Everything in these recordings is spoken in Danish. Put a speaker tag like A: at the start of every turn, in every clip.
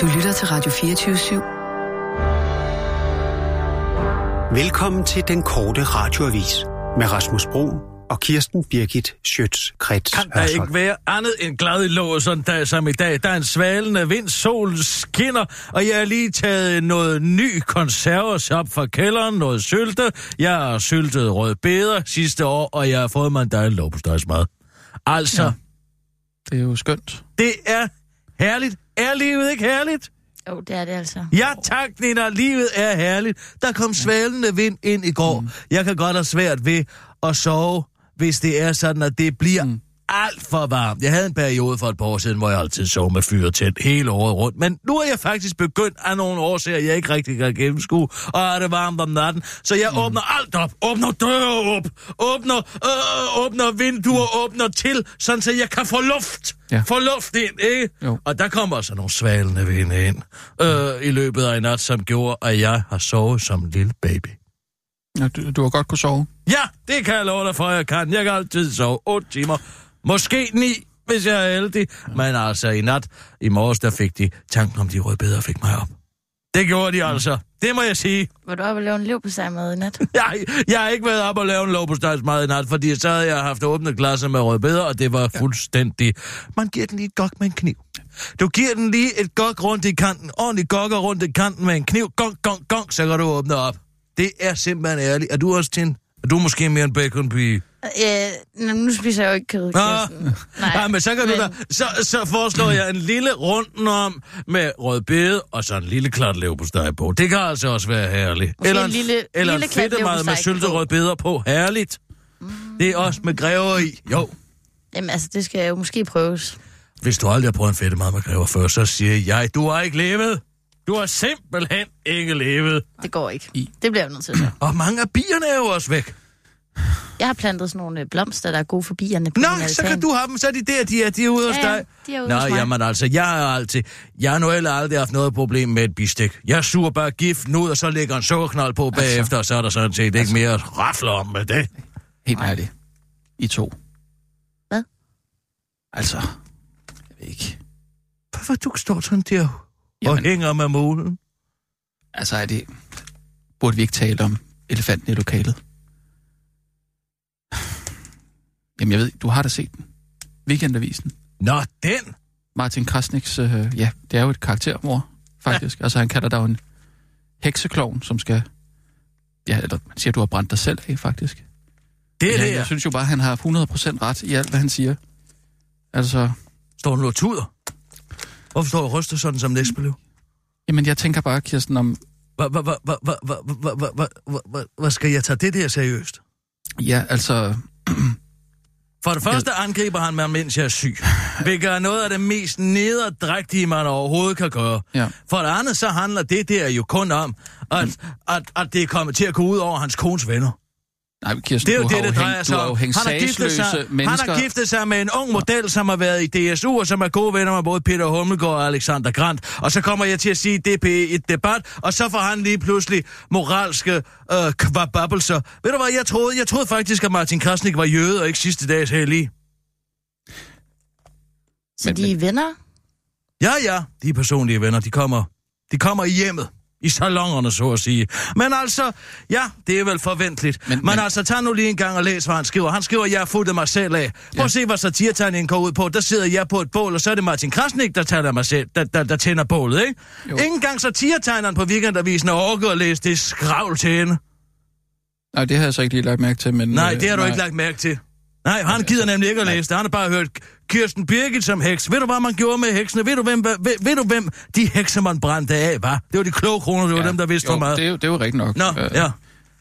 A: Du lytter til Radio 24
B: Velkommen til den korte radioavis med Rasmus Bro og Kirsten Birgit Schøtz-Krets
C: Kan der ikke være andet end glad i låsen dag som i dag? Der er en svalende vind, solen skinner, og jeg har lige taget noget ny konserves op fra kælderen, noget sylte. Jeg har syltet rødbeder sidste år, og jeg har fået mig en dejlig lovbestegsmad. Altså, ja.
D: Ja. Det er jo skønt.
C: det er herligt. Er livet ikke herligt?
E: Jo, oh, det er det altså.
C: Ja tak, Nina. Livet er herligt. Der kom svalende vind ind i går. Mm. Jeg kan godt have svært ved at sove, hvis det er sådan, at det bliver mm. alt for varmt. Jeg havde en periode for et par år siden, hvor jeg altid sov med fyret tændt hele året rundt. Men nu er jeg faktisk begyndt af nogle årsager, jeg ikke rigtig kan gennemskue, og er det varmt om natten. Så jeg mm. åbner alt op. Åbner døre op. Åbner, øh, åbner vinduer, åbner til, sådan så jeg kan få luft.
D: Ja.
C: Få luft ind, ikke?
D: Jo.
C: Og der kommer altså nogle svalende vinde ind øh, i løbet af en nat, som gjorde, at jeg har sovet som en lille baby.
D: Ja, du, du har godt kunne sove.
C: Ja, det kan jeg love dig for, jeg kan. Jeg kan altid sove 8 timer. Måske 9, hvis jeg er heldig. Men altså, i nat, i morges, der fik de tanken om de rødbeder, fik mig op. Det gjorde de altså. Det må jeg sige.
E: Var du oppe og lave en liv på sig med i nat?
C: Jeg, jeg har ikke været op og lave en lovbostejs meget i nat, fordi så havde jeg haft åbne glasser med rødbeder, og det var fuldstændig... Man giver den lige et gok med en kniv. Du giver den lige et gok rundt i kanten, ordentligt gokker rundt i kanten med en kniv, gong, gong, gong, så kan du åbne op. Det er simpelthen ærligt. Er du også til en... Er du måske mere en baconpige?
E: Øh, nå, nu spiser jeg jo ikke kød,
C: Ah.
E: Kirsten. Nej,
C: Ja, men så kan du da... Så, så foreslår jeg en lille runden om med rødbede og så en lille klat leverpostej på. Det kan altså også være herligt.
E: Måske
C: eller
E: en
C: en,
E: lille-
C: eller
E: lille
C: en
E: klat
C: fedtemad med
E: leverpostej på. Mm.
C: sylterødbeder på. Herligt. Det er også med græver i. Jo,
E: Jamen altså, det skal jo måske prøves.
C: hvis du aldrig har prøvet en fedtemad med græver før, så siger jeg, du har ikke levet. Du har simpelthen ikke levet.
E: Det går ikke. Det bliver jeg jo nødt til så.
C: Og mange af bierne er jo også væk.
E: Jeg har plantet sådan nogle øh, blomster, der er gode for bierne. på min
C: Nå, så kan
E: altan.
C: du have dem, så er de der, de er, de er ude hos
E: Ja, ja,
C: dig.
E: de er ude
C: Nå,
E: hos mig.
C: jamen altså, jeg har altid, jeg har nu heller aldrig haft noget problem med et bistik. Jeg suger bare giften ud, og så lægger en sukkerknold på
E: Altså.
C: bagefter, og så er der sådan set ikke mere at rafle om med det.
D: Helt ærligt. I to.
E: Hvad?
D: Altså, jeg ved ikke.
C: Hvorfor du står sådan der og
D: Jamen.
C: hænger med mulen?
D: Altså, er det... Burde vi ikke tale om elefanten i lokalet? Jamen, jeg ved, du har da set den. Weekendavisen.
C: Nå, den!
D: Martin Krasniks, øh, ja, det er jo et karaktermor, faktisk. Ja. Altså, han kalder dig jo en heksekloven, som skal... Ja, eller man siger, du har brændt dig selv af, faktisk.
C: Det er
D: ja,
C: det,
D: jeg
C: jeg...
D: synes jo bare, han har 100% ret i alt, hvad han siger. Altså,
C: Står den og tuder? Hvorfor står du og ryster sådan som næsbeløv?
D: jamen jeg tænker bare, Kirsten, om...
C: Hva- hva- hva- hva- hva- hva- hva- hva- hva- hva- hva- Hvad skal jeg tage det der seriøst?
D: Ja, altså...
C: For det første angriber han mig, mens jeg er syg. Hvilket er noget af det mest nederdrægtige, man overhovedet kan gøre.
D: Ja.
C: For det andet, så handler det der jo kun om, at, at, at det er kommet til at gå ud over hans kones venner.
D: Nej, Kirsten,
C: Det er jo
D: du
C: det,
D: har
C: det
D: jo
C: drejer
D: hængt,
C: sig
D: du har jo
C: om.
D: hængt
C: Han har, giftet sig,
D: sagsløse mennesker.
C: han har giftet sig med en ung model, som har været i DSU, og som er gode venner med både Peter Hummelgaard og Alexander Grant. Og så kommer jeg til at sige, det er E et debat, og så får han lige pludselig moralske øh, kvababelser. Ved du hvad, jeg troede, jeg troede faktisk, at Martin Krasnik var jøde og ikke sidste dags hellige.
E: Så
D: Men-
E: de er venner?
C: Ja, ja, de er personlige venner, de kommer, de kommer i hjemmet. I salongerne, så at sige. Men altså, ja, det er vel forventeligt. Men,
D: Men-
C: men, men
D: men-
C: altså, tag nu lige en gang og læs, hvad han skriver. Han skriver, jeg har fulgt mig selv af. Prøv at se, hvad satiretegningen går ud på. Der sidder jeg på et bål, og så er det Martin Krasnik, der, taler mig selv, der, der, der tænder bålet, ikke? Jo.
D: Jo.
C: Ingen gang satiretegneren på weekendavisen har overgået at læse det skravl til hende.
D: Nej, det har jeg så ikke lige lagt mærke til, men...
C: Nej,
D: øh,
C: det har du ikke lagt mærke til. Nej, han gider nemlig ikke at læse det. Han har bare hørt Kirsten Birgit som heks. Ved du, hvad man gjorde med heksene? Ved du, hvem, ved, ved du, hvem de hekser, man brændte af, var? Det var de kloge kroner, det var ja. dem, der vidste
D: jo,
C: for meget.
D: Det er jo, det er jo rigtigt nok.
C: Nå,
D: Øh,
C: ja.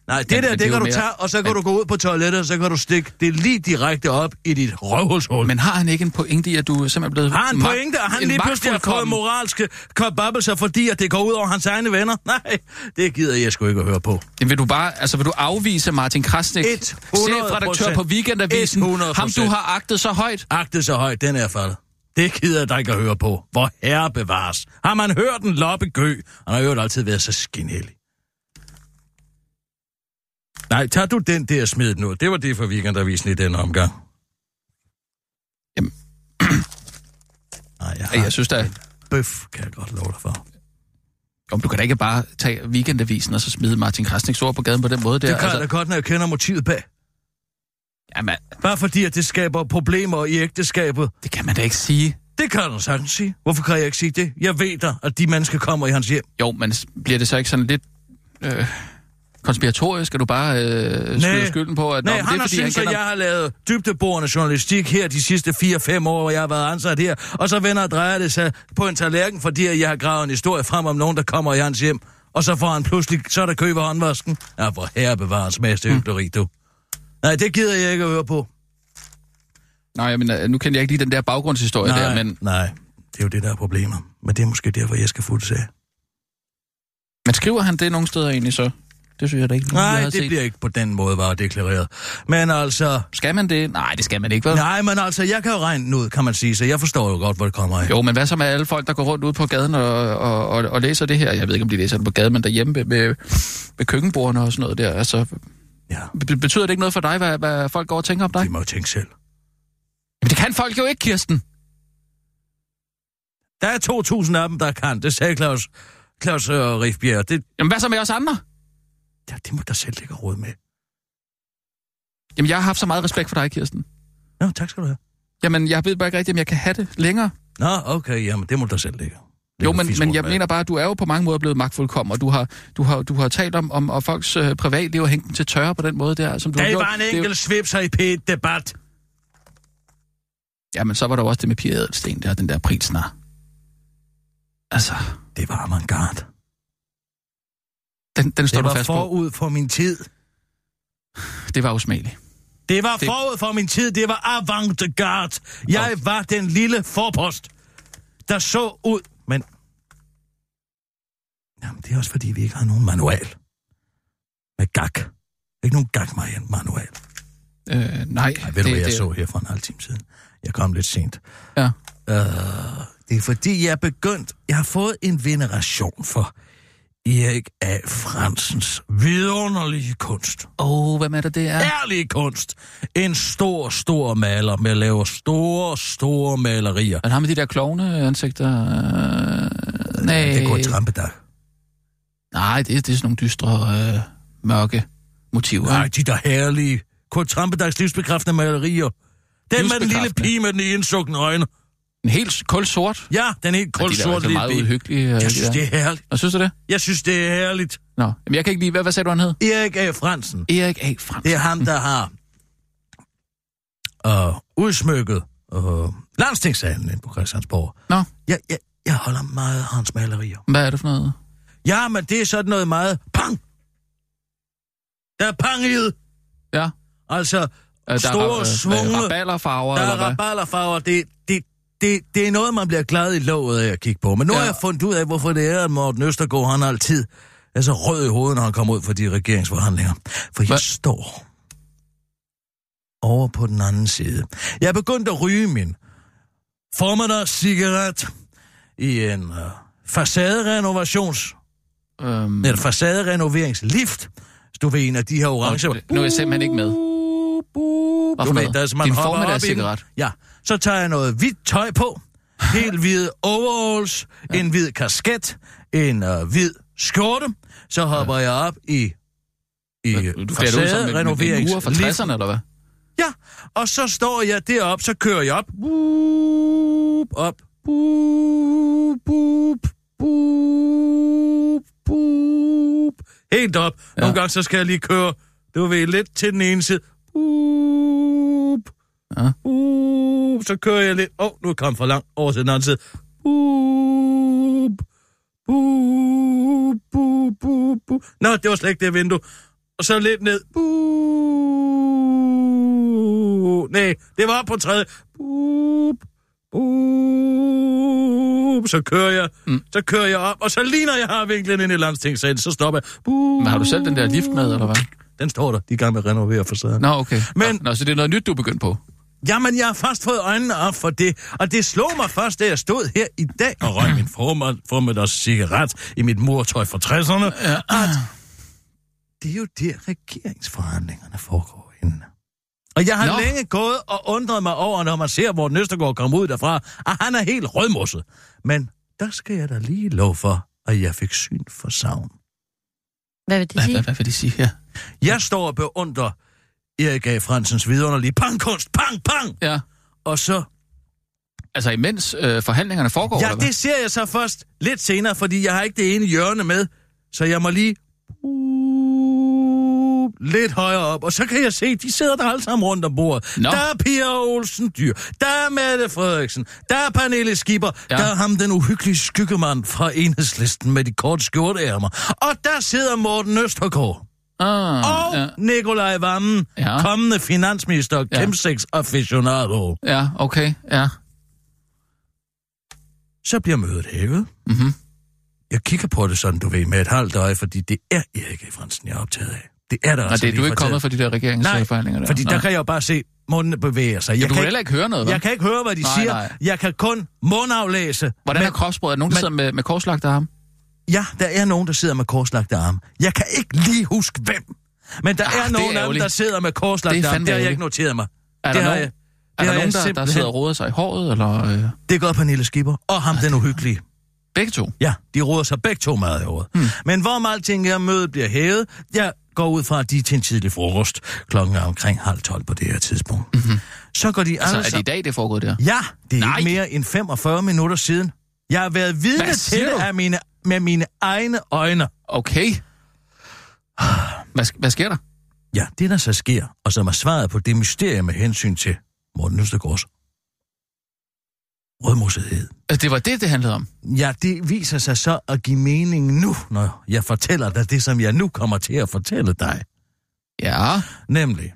C: Nej, det
D: men-
C: der,
D: men
C: det,
D: det er
C: kan
D: jo
C: du
D: mere-
C: tage, og så kan
D: men-
C: du gå ud på toilettet, og så kan du stikke det lige direkte op i dit røvhulshul.
D: Men har han ikke en pointe i, at du simpelthen er blevet...
C: Har en
D: magt-
C: pointe, og han
D: en
C: lige pludselig har fået
D: magtfuldkommen-
C: moralske kobabelser, fordi at det går ud over hans egne venner? Nej, det gider jeg sgu ikke at høre på.
D: Jamen, vil du bare, altså vil du afvise Martin Krasnik,
C: 100%.
D: chefredaktør på Weekendavisen,
C: 100%.
D: ham du har agtet så højt?
C: Agtet så højt, den er faldet. Det gider jeg dig ikke at høre på. Hvor herre bevares. Har man hørt en loppegø? Han har jo altid været så skinhellig. Nej, tager du den der smid nu? Det var det for weekendavisen i den omgang.
D: Jamen.
C: Nej, jeg
D: Ja,
C: har,
D: jeg synes da,
C: bøf, kan jeg godt love dig for.
D: Om du kan da ikke bare tage weekendavisen og så smide Martin Krasniks ord på gaden på den måde der. Altså,
C: Det kan jeg da godt, når jeg kender motivet bag.
D: jamen,
C: Bare fordi, at det skaber problemer i ægteskabet.
D: det kan man da ikke sige.
C: Det kan du sagtens sige. Hvorfor kan jeg ikke sige det? Jeg ved da, at de mennesker kommer i hans hjem.
D: Jo, men s- bliver det så ikke sådan lidt øh, konspiratorisk? Skal du bare øh, skyde
C: Nej.
D: skylden på, at
C: Nej,
D: nå, men
C: han
D: det
C: har
D: er, fordi han
C: syntes, at
D: kender...
C: jeg har lavet dybdeborende journalistik her de sidste 4-5 år, hvor jeg har været ansat her. Og så vender og drejer det sig på en tallerken, fordi at jeg har gravet en historie frem om nogen, der kommer i hans hjem. Og så får han pludselig, så er der køber håndvasken. Ja, hvor herre bevares mest
D: Mm.
C: hyggeleri, du. Nej, det gider jeg ikke at høre på.
D: Nej, men øh, nu kender jeg ikke lige den der baggrundshistorie
C: Nej,
D: der, men
C: nej, det er jo det, der er problemet. Men det er måske derfor, jeg skal fuldt af.
D: man skriver han det nogle steder egentlig så? Det synes jeg da ikke. lige, jeg
C: Nej,
D: har
C: det
D: set.
C: bliver ikke på den måde var deklareret. Men altså...
D: Skal man det? Nej, det skal man ikke, vel?
C: Nej, men altså, jeg kan jo regne den ud, kan man sige, så jeg forstår jo godt, hvor det kommer af.
D: Jo, men hvad så med alle folk, der går rundt ude på gaden og, og, og, og læser det her? Jeg ved ikke, om de læser det på gaden, men derhjemme ved, ved, ved køkkenbordene og sådan noget der. Altså,
C: Ja,
D: be- betyder det ikke noget for dig, hvad, hvad folk går og tænker om dig?
C: de må jo tænke selv.
D: Jamen, det kan folk jo ikke, Kirsten.
C: Der er 2.000 af dem, der kan, det sagde Claus, Claus og Riffbjerg. Det,
D: Jamen, hvad så med os andre?
C: ja, det må der selv ligge råd med.
D: Jamen, jeg har haft så meget respekt for dig, Kirsten.
C: Nå, tak skal du have.
D: Jamen, jeg ved bare ikke rigtigt, om jeg kan have det længere.
C: Nå, okay, jamen, det må der selv ligge. Det
D: Jo,
C: kan
D: men,
C: fisk
D: men
C: rundt
D: jeg
C: med.
D: mener bare, at du er jo på mange måder blevet magtfuldkommen, og du har, du har, du har talt om, om, om folks øh, privatliv og hængt dem til tørre på den måde der, som du har
C: Det
D: gjort.
C: var en
D: Det er jo-
C: enkelt svips her i pæt debat.
D: Jamen, så var der jo også det med Pia Edelsten der, den der prinsnar. Altså,
C: Det var avantgarde.
D: den, den står
C: Det
D: du
C: var
D: fast på.
C: forud for min tid.
D: Det var usmageligt.
C: Det var
D: Det-
C: forud for min tid. Det var avantgarde. Jeg var den lille forpost, der så ud. Men... Jamen, det er også fordi, vi ikke har nogen manual. Med gak. Ikke nogen gak, Marianne, manual.
D: Øh, nej.
C: Ej, ved du, hvad jeg så her for en halv time siden? Jeg kom lidt sent.
D: Ja.
C: Øh, det er fordi, jeg er begyndt... Jeg har fået en veneration for Erik A. Fransens vidunderlige kunst.
D: Åh, oh, hvem er det, det er?
C: ærlig kunst. En stor, stor maler med laver store, store malerier.
D: Er det ham med de der klovne ansigter? Øh, nej.
C: Det går i trampedag.
D: nej, det, det er sådan nogle dystre, øh, mørke motiver.
C: Nej, de der herlige. Kurt Trampedags livsbekræftende malerier. Den med den lille
D: Livsbekræftende?
C: pige med den indsukne øjne.
D: En helt kold sort.
C: Ja, den helt
D: Men
C: kold
D: de der er
C: sort
D: altså
C: lille
D: meget
C: pige.
D: uhyggelige. Øh,
C: Jeg synes, det
D: det...
C: er herligt.
D: Og synes du det?
C: Jeg synes, det er herligt.
D: Nå, Jamen, jeg kan ikke lide, hvad, hvad sagde du, han hed?
C: Erik A. Fransen.
D: Erik A. Frans.
C: Det er ham, der har øh, udsmykket øh, landstingssalen inde på Christiansborg.
D: Nå.
C: Jeg, jeg, jeg holder meget af hans malerier.
D: Hvad er det for noget?
C: Ja, men det er sådan noget meget pang. Der er pang i det.
D: Ja.
C: Altså,
D: Øh, Der
C: Store
D: er,
C: svungne.
D: raballerfarver,
C: der
D: eller
C: er
D: hvad?
C: rabalderfarver. Det, det, det, det er noget, man bliver glad i låget af at kigge på. Men nu ja. har
D: Ja.
C: jeg fundet ud af, hvorfor det er, at Morten Østergaard, han altid er så rød i hovedet, når han kommer ud fra de regeringsforhandlinger. For jeg
D: Hvad?
C: står over på den anden side. Jeg er begyndt at ryge min formiddagscigaret i en øh, facaderenovations
D: Øhm,
C: Den facaderenoveringslift. Du ved, en af de her orange...
D: Nå, nu er jeg simpelthen ikke med.
C: Bu- bu-
D: Hvad
C: Du ved,
D: for noget?
C: der er, så man
D: Din
C: hopper op i den.
D: formiddagscigaret?
C: Ja. Så tager jeg noget hvidt tøj på.
D: Ah.
C: Helt hvide overalls. ja. En hvid kasket. En øh, hvid skjorte. Så hopper ja. jeg op i... I
D: du klæder dig ud som en- en- en uger fra
C: facaderenoveringsliften.
D: 60'erne, eller hvad?
C: Ja, og så står jeg deroppe, så kører jeg op. Boop, op. Boop, boop, boop, boop. Helt op. Ja. Nogle gange så skal jeg lige køre, du ved, lidt til den ene side. Boop,
D: Ja.
C: boop. Uh, Så kører jeg lidt. Åh, oh, nu er jeg kommet for langt over til den anden side. Boop, boop, boop, boop, boop. Nå, det var slet ikke det vindue. Og så lidt ned. Buh. Nej, det var op på tredje. Buh. Buh. Så kører jeg, mm. så kører jeg op, og så ligner jeg har vinklen ind i landstingssalen, så stopper jeg. Buh.
D: Men har du selv den der lift med, eller hvad?
C: Den står der, de er i gang med at renovere facaden.
D: Nå, okay.
C: Men-
D: Nå, så det er noget nyt, du er begyndt på.
C: Jamen, jeg har først fået øjnene op for det, og det slog mig først, da jeg stod her i dag og røg min formid- formiddags cigaret i mit mortøj fra 60'erne, at Ah. det er jo der regeringsforhandlingerne foregår inden. Og jeg har
D: Nå.
C: Nå. længe gået og undret mig over, når man ser Morten Østergaard komme ud derfra, at han er helt rødmosset. Men der skal jeg da lige lov for, at jeg fik syn for savn.
E: Hvad vil det
D: Hvad,
E: sige?
D: hvad, hvad vil de sige her?
C: Jeg står og beundrer Erik A. Fransens vidunderlige pangkunst, pang, pang,
D: Ja.
C: og så
D: Altså imens øh, forhandlingerne foregår,
C: Ja,
D: eller hvad?
C: det ser jeg så først lidt senere, fordi jeg har ikke det ene hjørne med, så jeg må lige uh, lidt højere op, og så kan jeg se, de sidder der alle sammen rundt om bordet.
D: Nå.
C: Der er Pia Olsen Dyr, der er Mette Frederiksen, der er Pernille Skipper,
D: Ja.
C: ja. der er ham den uhyggelige skyggemand fra enhedslisten med de korte skjorteærmer, og der sidder Morten Østergaard.
D: Ah,
C: Og
D: ja.
C: ja. Nikolaj Vammen,
D: Ja.
C: ja. kommende finansminister og
D: Ja.
C: kæmpseks aficionado.
D: ja, okay, ja.
C: Altså, Så bliver mødet hævet.
D: Mm-hmm.
C: Jeg kigger på det sådan, du ved, med et halvt øje, fordi det er Erik Fransen, jeg er optaget af. Det er der
D: Nej,
C: altså
D: det, du er
C: lige
D: ikke kommet
C: fortalt.
D: fra de der regeringsforhandlinger der.
C: Fordi
D: Nej.
C: der kan jeg jo bare se, munden bevæger sig. Jeg
D: du kan
C: kan
D: heller ikke høre noget,
C: jeg
D: hvad?
C: kan ikke høre, hvad de
D: Nej,
C: siger.
D: nej.
C: Jeg kan kun mundaflæse.
D: Hvordan
C: men,
D: er kropsbrød? Er der nogen, der
C: men-
D: sidder med, med korslagt af ham?
C: Ja, der er nogen, der sidder med korslagte arme. Jeg kan ikke lige huske, hvem. Men der ah,
D: Ah, det
C: er
D: er
C: nogen af dem,
D: ærgerligt.
C: der sidder med
D: Det
C: korslagte
D: er
C: arme.
D: fandme
C: Det har jeg
D: ærgerligt.
C: ikke noteret mig.
D: Er
C: det
D: der
C: har
D: nogen,
C: jeg-
D: er der
C: har
D: nogen
C: jeg
D: der, der
C: simpelthen-
D: sidder og roder sig i håret, eller... Øh,
C: Det gør Pernille Skipper og ham, den uhyggelige.
D: begge to?
C: Ja, de roder sig begge to meget over. Hmm. Men hvorom alting er, mødet bliver hævet, jeg går ud fra, at de er til en tidlig frokost. Klokken er omkring halv tolv på det her tidspunkt. Mm-hmm. Så går de
D: Altså,
C: alle
D: Mhm. er det
C: sammen...
D: i dag, det er foregået der?
C: Ja, det er
D: Nej.
C: ikke mere end 45 minutter siden. Jeg har været vidne
D: Hvad
C: til
D: siger
C: det
D: du?
C: af mine, med mine egne øjne.
D: Okay. Hvad, sk- hvad sker der?
C: Ja, det der så sker, og som er svaret på det mysterie med hensyn til Morten Østergaards rødmosethed.
D: Altså, det var det, det handlede om.
C: Ja, det viser sig så at give mening nu, når jeg fortæller dig det, som jeg nu kommer til at fortælle dig.
D: Ja.
C: Nemlig,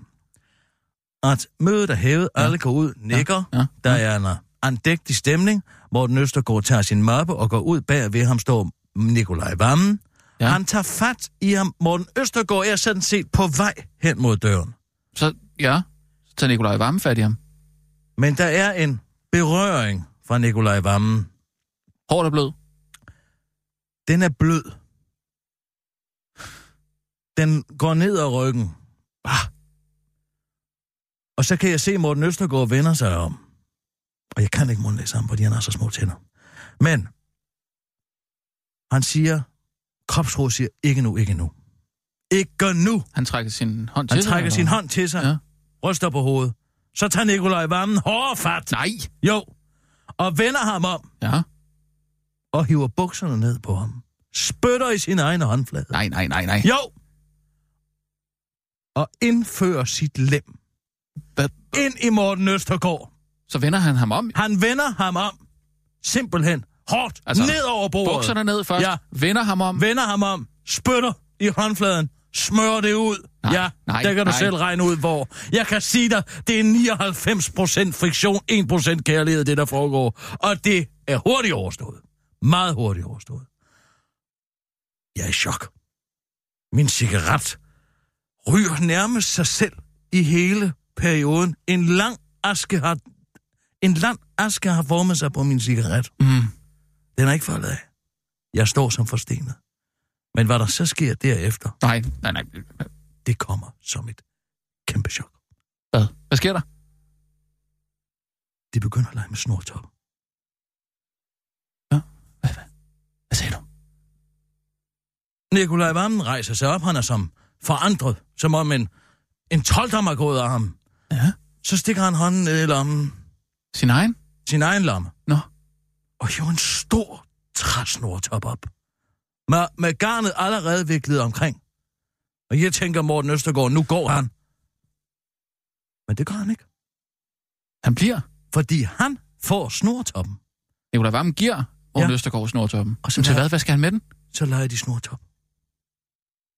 C: at mødet er hævet, ja. alle går ud, nikker,
D: ja,
C: ja. Ja. der er en øh, andægtig stemning. Morten Østergaard tager sin mappe og går ud bag ved ham står Nikolaj Vammen.
D: Ja.
C: Ja. Han tager fat i ham. Morten Østergaard er sådan set på vej hen mod døren.
D: Så, ja. Så tager Nikolaj varme fat i ham.
C: Men der er en berøring fra Nikolaj Vammen.
D: Hårdt og blød.
C: Den er blød. Den går ned ad ryggen. Ah. Og så kan jeg se, at Morten Østergaard vender sig om. Og jeg kan ikke mundlæse ham, fordi han har så små tænder. Men han siger, kropsråd siger, ikke nu, ikke nu. Ikke nu!
D: Han trækker sin hånd til
C: Han
D: sig,
C: trækker
D: eller
C: sin
D: hvad?
C: hånd til sig,
D: Ja.
C: ja. ryster på hovedet. Så tager Nikolaj Vammen hårdere fat.
D: Nej.
C: Jo. Og vender ham om
D: Ja.
C: og hiver bukserne ned på ham. Spytter i sin egen håndflade.
D: Nej, nej, nej, nej.
C: Jo! Og indfører sit lem
D: Hvad?
C: ind i Morten Østergaard.
D: Så vender han ham om.
C: Han vender ham om. Simpelthen. Hårdt.
D: Altså,
C: Altså, ned over bordet.
D: Bukserne ned først.
C: Ja.
D: Vender ham om.
C: Vender ham om. Spytter i håndfladen. Smører det ud.
D: Nej,
C: ja,
D: nej,
C: der kan du
D: nej.
C: selv regne ud, hvor. Jeg kan sige dig, det er 99% friktion, 1% kærlighed, det der foregår. Og det er hurtigt overstået. Meget hurtigt overstået. Jeg er i chok. Min cigaret ryger nærmest sig selv i hele perioden. En lang aske har, en lang aske har formet sig på min cigaret.
D: Mm.
C: Den er ikke faldet af. Jeg står som forstenet. Men hvad der så sker derefter,
D: Nej, nej, nej.
C: det kommer som et kæmpe chok.
D: Hvad? Hvad sker der?
C: Det begynder at lege med snortop.
D: Hvad sagde du?
C: Nikolaj Vammen rejser sig op. Han er som forandret. Som om en, en tolddom er gået af ham.
D: Ja.
C: Så stikker han hånden ned i lommen.
D: Sin egen?
C: Sin egen lomme.
D: Nå.
C: Og hiver en stor træsnortop op. Med, med garnet allerede viklet omkring. Og jeg tænker, Morten Østergaard, nu går han. Men det gør han ikke.
D: Han bliver.
C: Fordi han får snortoppen.
D: Nikolaj Vammen giver Morten ja.
C: Ja.
D: Østergaard snortoppen. Og
C: Og så
D: så til
C: lader-
D: hvad? Hvad skal han med den?
C: Så leger de snortop.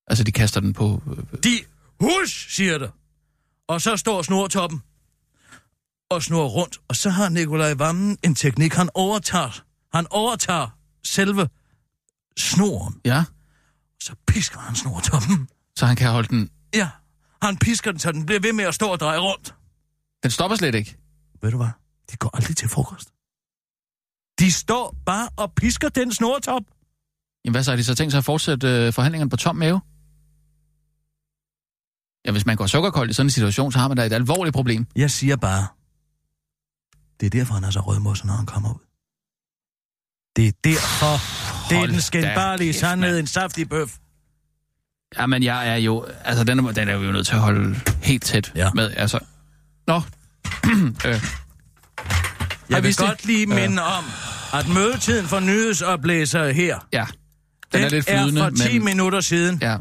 D: Altså, de kaster den på... øh, øh,
C: De hus, siger det. Og så står snortoppen og snor rundt. Og så har Nikolaj Vammen en teknik. Han overtager, han overtager selve snoren.
D: Ja,
C: Så pisker han snortoppen.
D: så han kan holde den...
C: Ja, han pisker den, så den bliver ved med at stå og dreje rundt.
D: Den stopper slet ikke.
C: Ved du hvad? De går aldrig til frokost. De står bare og pisker den snortop.
D: Jamen, hvad så har de så tænkt sig at fortsætte øh, forhandlingerne på tom mave? Ja, hvis man går sukkerkold i sådan en situation, så har man da et alvorligt problem.
C: Jeg siger bare, det er derfor, han er så rødmosset, når han kommer ud. Det er derfor. Det er
D: Hold
C: den
D: da
C: skændbarlige
D: kæft,
C: sandhed,
D: mand.
C: en saftig bøf.
D: Jamen, jeg er jo... Altså, den er, den er vi jo nødt til at holde helt tæt
C: Ja.
D: ja. med. Altså, nå. øh,
C: Jeg vil
D: vidst det.
C: godt lige minde om, at mødetiden for nyhedsoplæser her,
D: ja. Den, er lidt flydende,
C: er for 10
D: men...
C: minutter siden.
D: Ja.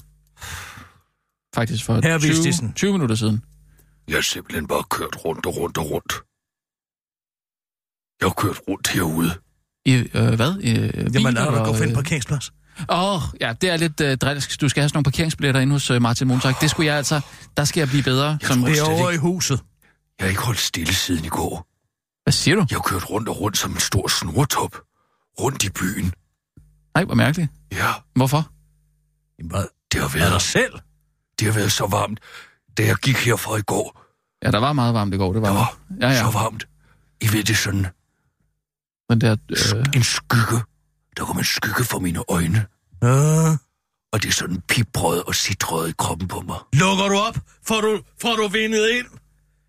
D: Faktisk for
C: Herre
D: 20,
C: Vistisen.
D: 20 minutter siden.
F: Jeg har simpelthen bare kørt rundt og rundt og rundt. Jeg har kørt rundt herude.
D: I, øh, hvad? I, øh,
C: Jamen,
D: biler
C: har du
D: og,
C: kunne finde
D: øh,
C: en parkeringsplads?
D: Åh, oh, ja, det er lidt øh, drilsk. Du skal have sådan nogle parkeringsbilletter inde hos øh, Martin Montag. Det skulle jeg altså... Der skal jeg blive bedre. Jeg som,
C: Det er over i huset.
F: Jeg har ikke holdt stille siden i går.
D: Hvad siger du?
F: Jeg har kørt rundt og rundt som en stor snortop. Rundt i byen.
D: Nej, hvor mærkeligt.
F: Ja,
D: Hvorfor?
C: Jamen, hvad?
F: det har
C: Er
F: været,
C: der selv?
F: det har været så varmt. Da jeg gik herfra i går,
D: Ja, der var meget varmt i går, det var
F: Der
D: der.
F: var
D: Ja,
F: ja, ja.
D: ja.
F: så varmt. I ved det sådan,
D: Den der, øh,
F: øh. en skygge. Der kom en skygge for mine øjne.
C: Øh.
F: Og det er sådan pibrød og sitrød i kroppen på mig.
C: Lukker du op, får du, får du vindet ind,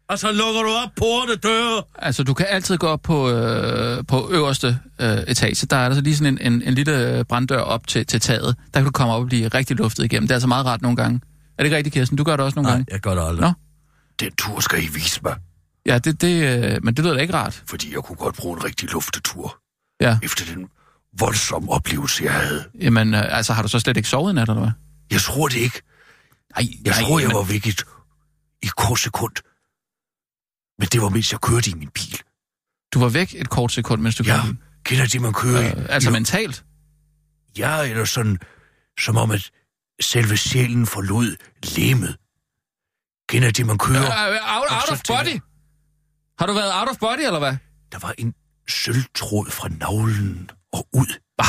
C: og så lukker du op porte døre.
D: altså, du kan altid gå op på, øh, på øverste øh, etage. Der er altså lige sådan en, en, en lille øh, branddør op til, til taget. Der kan du komme op og blive rigtig luftet igennem. Det er altså meget rart nogle gange. Er det ikke rigtigt, Kirsten? Du gør det også nogle gange.
C: jeg gør det aldrig.
D: Nå.
F: Den tur skal I vise mig,
D: Ja, det, det, øh, men det lyder da ikke rart.
F: fordi jeg kunne godt bruge en rigtig luftetur.
D: Ja.
F: Efter den voldsomme oplevelse, jeg havde.
D: Jamen, øh, altså, har du så slet ikke sovet i nat, eller hvad?
F: Jeg tror det ikke.
D: Nej,
F: Jeg
D: nej,
F: tror, jeg
D: men-
F: var væk i et- i et kort sekund. Men det var, mens jeg kørte i min bil.
D: Du var væk et kort sekund, mens du
F: Ja,
D: kom.
F: kender det, man kører i?
D: Øh, altså
F: i-
D: mentalt?
F: Ja, eller sådan, som om at selve sjælen forlod lemet. Kender det, man kører?
D: Øh, øh, out, out
F: så
D: of
F: tænker-
D: body? Har du været out of body, eller hvad?
F: Der var en sølvtråd fra navlen og ud. Bah.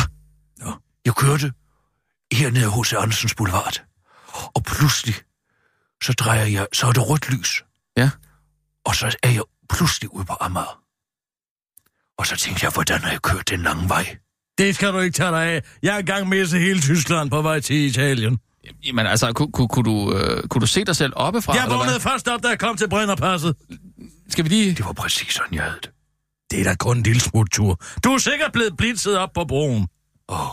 F: Nå. Jeg kørte hernede hos Andersens Boulevard, og pludselig, så drejer jeg, så er det rødt lys.
D: Ja.
F: Og så er jeg pludselig ude på Amager. Og så tænkte jeg, hvordan har jeg kørt den lange vej?
C: Det skal du ikke tage dig af. Jeg er i gang med at se hele Tyskland på vej til Italien.
D: Jamen altså, kunne, kunne, kunne, du, øh, kunne du se dig selv oppefra?
C: Jeg
D: eller hvad?
C: vågnede først op, da jeg kom til Brennerpasset.
D: Skal vi lige...
F: Det var præcis sådan, jeg havde det.
C: Det er da kun en lille smut tur. Du er sikkert blevet blitzet op på broen.
F: Åh,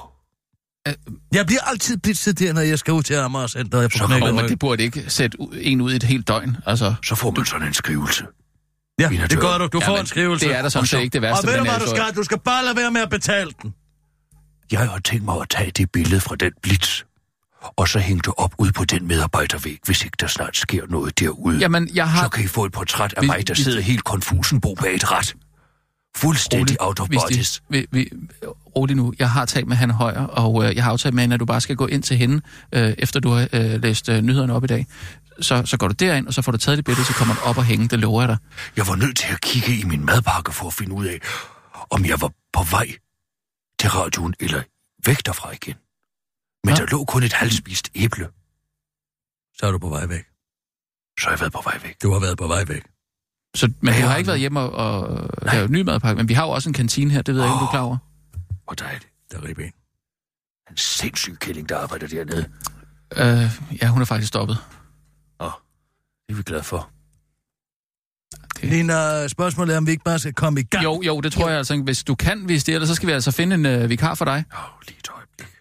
C: Jeg bliver altid blitzet der, når jeg skal ud til Amager Center. Jeg
F: Så
C: får
D: Nå,
C: knækket
D: men
C: ryggen.
D: det burde ikke sætte u- en ud i et helt døgn, altså.
F: så får man sådan en skrivelse.
C: Ja,
F: Mine
C: det gør
F: døre.
C: du. Du får
D: Jamen,
C: en skrivelse.
D: det er da sådan set
C: Og så-
D: ikke det værste
C: Og ved
D: ved
C: du,
D: den her
C: hvad du
D: historie.
C: skal? Du skal bare lade være med at betale den.
F: Jeg har tænkt mig at tage det billede fra den blitz, og så hænge det op ud på den medarbejdervæg, hvis ikke der snart sker noget derude.
D: Jamen, jeg
F: Så
D: har...
F: kan I få et portræt af
D: Vi-
F: mig, der
D: vi-
F: sidder helt konfusen på bag et ret. Fuldstændig out of
D: Hvis
F: bodies.
D: de, vi, vi, rolig nu. Jeg har talt med han Højer, og øh, jeg har aftalt med hende, at du bare skal gå ind til hende, øh, efter du har øh, læst øh, nyhederne op i dag. Så, så går du derind, og så får du taget det billede, så kommer du op og hænge, det lover jeg dig.
F: Jeg var nødt til at kigge i min madpakke for at finde ud af, om jeg var på vej til radioen eller væk derfra igen. Men
D: Nå.
F: der lå kun et halvspist æble,
C: Så er du på vej væk.
F: så har jeg været på vej væk.
C: Du har været på vej væk.
D: Så, men du
F: jeg
D: har
F: har
D: ikke
F: nu.
D: været hjemme og, og lave ny madpakke, men vi har jo også en kantine her, det ved jeg ikke, om du er klar over.
F: Og der er det.
C: Der er ribben.
F: En sindssyg kælling, der arbejder dernede.
D: Øh, ja, hun er faktisk stoppet.
F: Det er vi glade for.
C: Lina, spørgsmålet er, om vi ikke bare skal komme i gang.
D: Jo, jo, det tror jeg altså. ikke. Hvis du kan, hvis det, ellers så skal vi altså finde en øh, vikar for dig.
F: Åh, lige et øjeblik.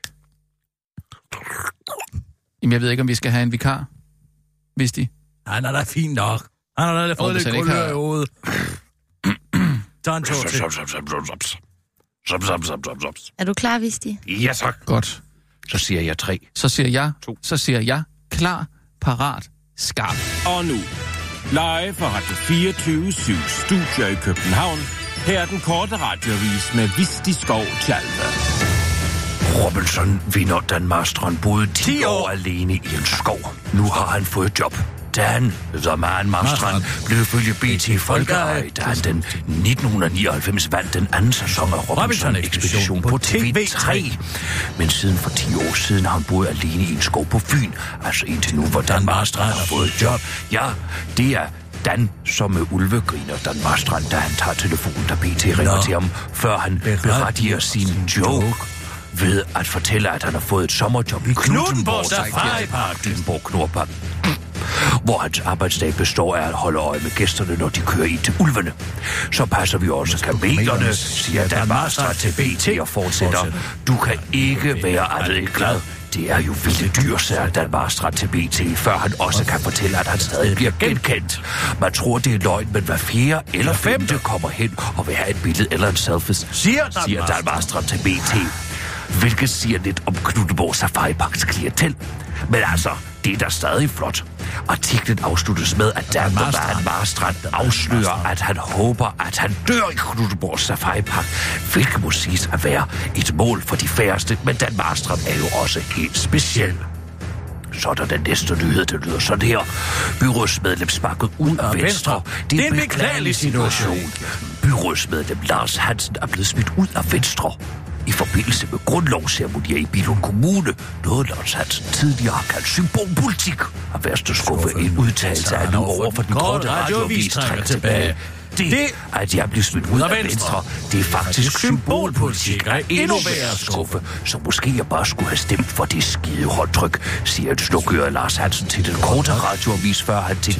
D: Jamen, jeg ved ikke, om vi skal have en vikar, hvis de...
C: Han er da fint nok. Han har da fået
D: hvis
C: lidt
D: han ikke
C: kulør
D: har-
C: i hovedet. Tag en tur
F: Zap,
C: til.
F: zap, zap, zap, zap, zap. Zap, zap, zap, zap, zap.
E: Er du klar, Visti?
F: Ja, tak.
D: Godt.
F: Så siger jeg tre.
D: Så siger jeg,
F: To.
D: så siger jeg, klar, parat, skarp.
G: Og nu, live fra Radio 24 7 Studio i København. Her er den korte radiovis med Visti Skov Tjalve.
F: Robinson vinder Danmarkstron boede 10, 10
C: 10
F: år.
C: år.
F: år alene i en skov. Nu har han fået job. Dan, The Man Marstrand, blev ifølge BT Folkerej, da han den 1999 vandt den anden sæson af Robinson-ekspedition på TV3. Men siden for 10 år siden har han boet alene i en skov på Fyn. Altså indtil nu, hvor Dan Marstrand har fået job. Ja, det er Dan, som med ulvegriner Dan Marstrand, da han tager telefonen, der BT ringer
C: Nå.
F: til ham, før han berettiger sin joke ved at fortælle, at han har fået et sommerjob i Knuthenborg
C: Knuthenborg Safari Park.
F: Knuthenborg Knorpark. hvor hans arbejdsdag består af at holde øje med gæsterne, når de kører ind til ulvene. Så passer vi også kamelerne, siger Dan Marstra til BT og fortsætter. Du kan ikke være andet end glad. Det er jo vilde dyr, sagde Dan Marstrand til BT, før han også kan fortælle, at han stadig bliver genkendt. Man tror, det er løgn, men hver fjerde eller femte kommer hen og vil have et billede eller en selfie,
C: Siger Dan
F: siger Dan Marstrand til BT. Hvilket siger lidt om Knutborg Safari Parks klientel. Men altså, det er da stadig flot. Artiklen afsluttes med, at Dan Marstrand Marstrand afslører, at han håber, at han dør i Knutborg Safari Park, hvilket må siges at være et mål for de færreste, men Dan Marstrand er jo også helt speciel. Så er der den næste nyhed, der lyder sådan her. Byrådsmedlem sparket ud af Venstre. Det er en beklagelig situation. Byrådsmedlem Lars Hansen er blevet smidt ud af Venstre i forbindelse med grundlovsceremonier i Bilund Kommune, noget Lars Hansen tidligere har kaldt symbolpolitik, og værste skuffe en udtalelse af nu over for den korte radioavis trækker tilbage. Det, at jeg blev smidt ud af Venstre, det er faktisk symbolpolitik af endnu værre skuffe, så måske jeg bare skulle have stemt for det skide håndtryk, siger en slukører Lars Hansen til den korte radioavis, før han til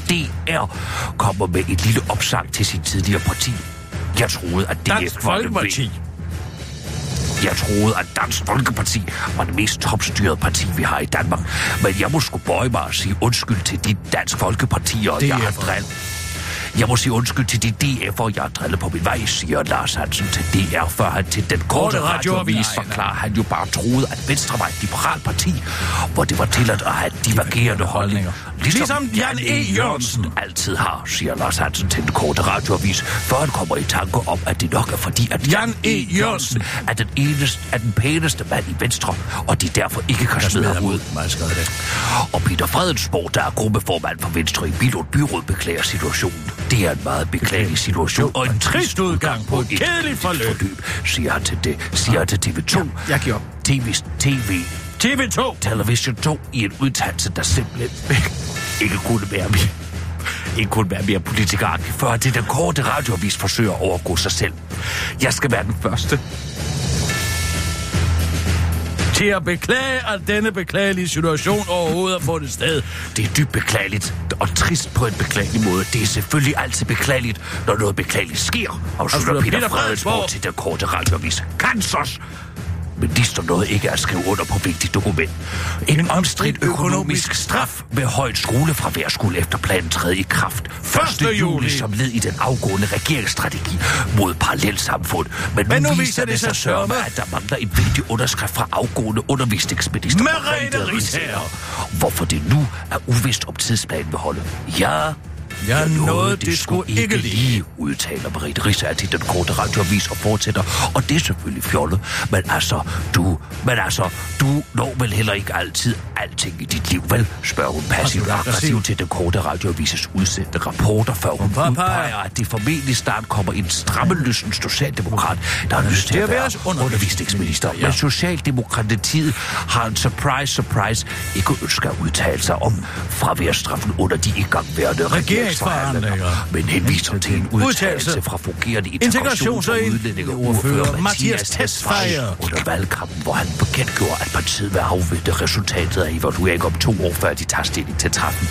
F: DR kommer med et lille opsang til sin tidligere parti. Jeg troede, at DF var det vigtige. Jeg troede, at Dansk Folkeparti var det mest topstyrede parti, vi har i Danmark. Men jeg må sgu bøje mig og sige undskyld til de Dansk Folkepartier, jeg har drillet. Jeg må sige undskyld til de DF'er, jeg har drillet på min vej, siger Lars Hansen til DR, før han til den korte radioavis forklarer, han jo bare troede, at Venstre var et liberalt parti, hvor det var tilladt at have divergerende holdninger. Ligesom Jan E. Jørgensen altid har, siger Lars Hansen til den korte radioavis, før han kommer i tanke om, at det nok er fordi, at Jan E. Jørgensen er den, eneste, er den pæneste mand i Venstre, og de derfor ikke kan smide ham ud. Og Peter Fredensborg, der er gruppeformand for Venstre i Bilund Byråd, beklager situationen. Det er en meget beklagelig situation, og en trist udgang på et kedeligt forløb, siger han til, det, siger han til TV2.
D: jeg giver op.
F: TV, TV, TV2. Television 2 i en udtalelse, der simpelthen ikke kunne være mere. Ikke kunne være mere politikeragtig, før det den korte radioavis forsøger at overgå sig selv. Jeg skal være den første,
C: til at beklage, at denne beklagelige situation overhovedet har fundet sted.
F: Det er dybt beklageligt, og trist på en beklagelig måde. Det er selvfølgelig altid beklageligt, når noget beklageligt sker, afslutter Altså, Peter Fredensborg til den korte radioavis. Kansos! Men de står noget ikke at skrive under på vigtigt dokument. En omstridt økonomisk straf med højt skolefravær skulle efter planen træde i kraft 1. juli som led i den afgående regeringsstrategi mod parallelsamfund. Men nu, Men nu viser det sig sørme, at der mangler en vigtig underskrift fra afgående undervisningsminister Merete Risager. Hvorfor det nu er uvist om tidsplanen vil holde. Ja, jeg nåede det skulle ikke lige, udtaler Marit Risser til den korte radioavis og fortsætter. Og det er selvfølgelig fjollet, men altså, du, men altså, du når vel heller ikke altid alting i dit liv, vel? Spørger hun passivt og aggressivt til den korte radioavises udsendte rapporter, før hun udpeger, at det formentlig snart kommer en strammeløsen socialdemokrat, der har lyst til at være undervisningsminister. Men Socialdemokratiet har en surprise, surprise, ikke ønsker at udtale sig om fraværsstraffen under de igangværende regeringsforhandlinger, men henviser til en udtalelse fra fungerende integrations- og udlændingeordfører Mathias Testfejer under valgkampen, hvor han bekendtgjorde, at partiet vil afvente resultatet af evaluering om to år, før de tager stilling til trappen.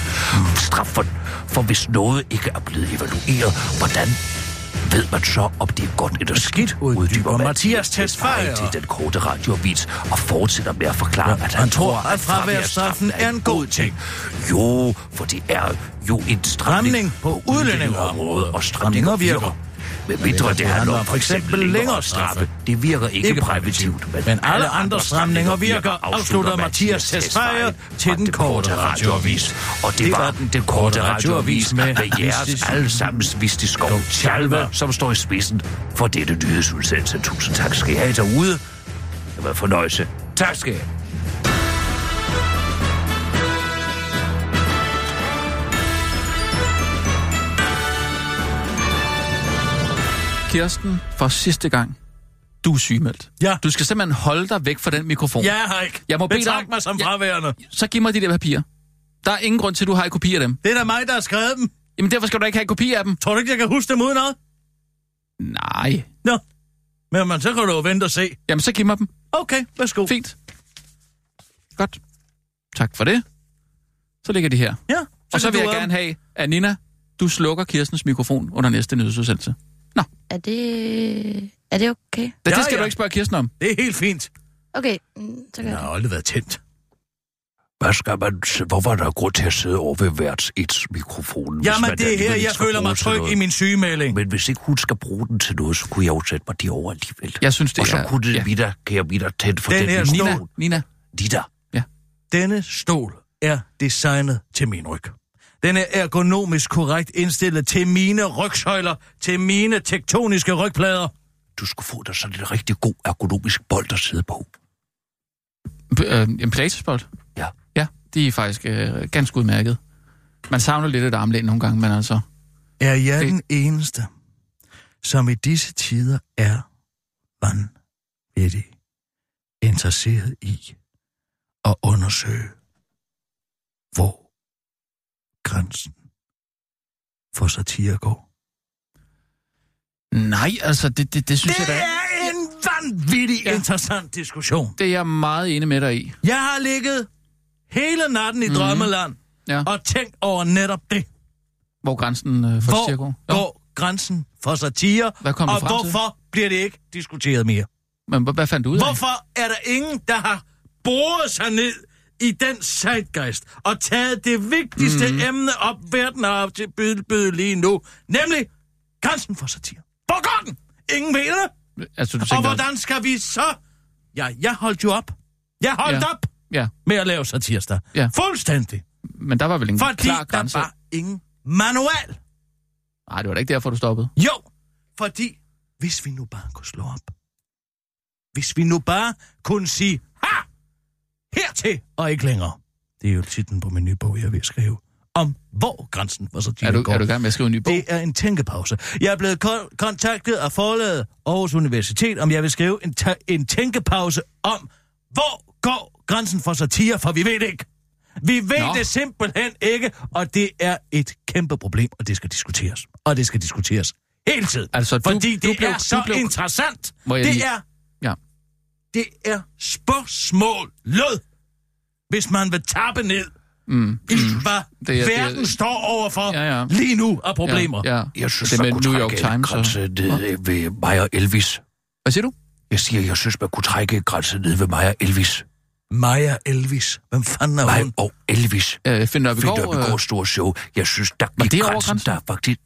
F: Straffen, for hvis noget ikke er blevet evalueret, hvordan ved man så, om det er godt eller skidt, uddyber Mathias Tesfaye til den korte radioavis og fortsætter med at forklare, at han tror, at fraværsstraffen er en god ting. Jo, for det er jo en stramning på udlændingeområdet, og stramninger virker. Med mindre det handler om for eksempel længere straffe. Det virker ikke præventivt, men alle andre stramninger virker, afslutter Mathias Tesfaye til den korte radioavis. Og det var den, den korte radioavis med jeres allesammens Vistiskov Tjalve, som står i spidsen for dette nyhedsudsendelse. Tusind tak skal I have derude. Det var en fornøjelse. Tak skal I have.
D: Kirsten, for sidste gang, du er sygemeldt.
C: Ja.
D: Du skal simpelthen holde dig væk fra den mikrofon.
C: Jeg har ikke.
D: Jeg må bede dig
C: Betrak
D: om-
C: mig som
D: Ja.
C: fraværende.
D: Så giv mig de der papirer. Der er ingen grund til, at du har en kopi af dem.
C: Det er da mig, der har skrevet dem.
D: Jamen derfor skal du da ikke have en kopi af dem.
C: Tror du ikke, jeg kan huske dem udenad?
D: Nej.
C: Nå. Men man, så kan du jo vente og se.
D: Jamen så giv mig dem.
C: Okay, værsgo.
D: Fint. Godt. Tak for det. Så ligger de her.
C: Ja.
D: og så
C: kan
D: vil
C: du,
D: jeg
C: øhm,
D: gerne have, at Nina, du slukker Kirstens mikrofon under næste nyhedsudsendelse. Nå,
E: Er det... Er det okay?
D: det,
C: Ja,
D: det skal
C: ja.
D: du ikke spørge Kirsten om.
C: Det er helt fint.
E: Okay, mm, så
C: Jeg
E: gør jeg
C: har
E: det.
C: aldrig været tændt.
F: Hvad skal man... s- Hvorfor er der grund til at sidde over ved hvert et mikrofon? hvis
C: Jamen,
F: man
C: det er her,
F: alligevel ikke
C: jeg
F: skal
C: føler
F: bruge
C: mig
F: til
C: tryg
F: noget?
C: i min sygemelding.
F: Men hvis ikke hun skal bruge den til noget, så kunne jeg jo sætte mig derovre alligevel.
D: Jeg synes, det
F: og så
D: er-
F: kunne det,
D: ja.
F: ja. Vida, kan jeg Vida tænde for
C: Den
F: den,
C: her
F: mikrofon.
D: Nina, Nina,
F: Vida.
C: Denne stol er designet til min ryg. Den er ergonomisk korrekt indstillet til mine rygsøjler, til mine tektoniske rygplader.
F: du skulle få dig sådan en rigtig god ergonomisk bold at sidde på.
D: p- øh, en Pilatesbold.
F: Ja.
D: Ja, de er faktisk øh, ganske udmærket. Man savner lidt et armlæn nogle gange, men altså...
C: Er jeg
D: Det-
C: den eneste, som i disse tider er vanvittig interesseret i at undersøge, hvor grænsen for satire går?
D: Nej, altså, det, det, det synes
C: Det
D: jeg da...
C: er en vanvittig ja.
D: Ja.
C: interessant diskussion.
D: Det er jeg meget enig med dig i.
C: Jeg har ligget hele natten i mm. drømmeland
D: Mhm. Ja.
C: og tænkt over netop det.
D: Hvor grænsen øh, for
C: Hvor
D: cirka går. Ja.
C: går grænsen for satire,
D: Hvad kom du
C: og
D: frem til?
C: hvorfor bliver det ikke diskuteret mere?
D: Men hvad- hvad fandt du ud af?
C: Hvorfor er der ingen, der har boret sig ned i den zeitgeist og taget det vigtigste
D: Mhm.
C: mm. emne op, verden har til byde, byde lige nu, nemlig grænsen for satire? Hvor går den? Ingen ved det.
D: Altså, du
C: Og
D: tænker,
C: hvordan skal vi så... Ja, jeg holdt jo op. Jeg holdt ja.
D: Ja.
C: op
D: Ja,
C: med at lave satirsdag.
D: Ja.
C: Fuldstændig.
D: men der var vel ingen
C: Fordi
D: klar
C: der
D: grænse?
C: var ingen manual.
D: Nej, det var da ikke derfor, du stoppede.
C: Jo, fordi hvis vi nu bare kunne slå op. Hvis vi nu bare kunne sige, ha! Hertil og ikke længere. Det er jo titlen på min nye bog, jeg vil skrive. Om hvor grænsen for satire
D: Er du,
C: går.
D: er du i gang med at skrive en ny bog?
C: Det er en tænkepause. Jeg er blevet kon- kontaktet af forlaget Aarhus Universitet, om jeg vil skrive en, ta- en tænkepause om, hvor går grænsen for satire, for vi ved det ikke. Vi ved Nå.
D: Nå.
C: det simpelthen ikke, og det er et kæmpe problem, og det skal diskuteres. Og det skal diskuteres hele tiden.
D: Altså, du-
C: fordi
D: du
C: det
D: blev-
C: er
D: du
C: så
D: blev-
C: interessant.
D: Må jeg
C: det
D: lige-
C: er
D: Ja.
C: det er spørgsmålet, hvis man vil tappe ned mm. i, hvad
D: Det er-
C: det
D: det
C: er,
D: er-
C: verden det er, står overfor ja,
D: Ja,
C: ja.
D: ja.
C: lige nu af problemer.
D: Ja, ja.
F: Jeg synes,
D: det
F: man
D: er med
F: kunne
D: New
F: trække
D: York
F: en
D: Times.
F: grænse
D: Og...
F: ned øh, ved mig og Elvis.
D: Hvad siger du?
F: Jeg siger, jeg synes, man kunne trække en grænse ned ved mig og Elvis.
C: Maja Elvis. Hvem fanden er
F: Mig
C: hun?
F: og Elvis.
D: Øh, finder vi
F: Fint,
D: går...
F: at vi går
D: Øh,
F: store show. Jeg synes, der
D: Var
F: gik
D: det over
F: grænsen,
D: grænsen?
F: der er faktisk...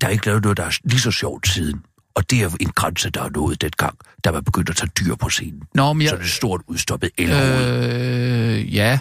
F: Der er ikke lavet noget, der er lige så sjovt siden. Og det er en grænse, der er nået dengang, da man begyndte at tage dyr på scenen.
D: Nå, men jeg...
F: Ja. Så er det stort udstoppet elhoved. Øh,
D: Øh, ja.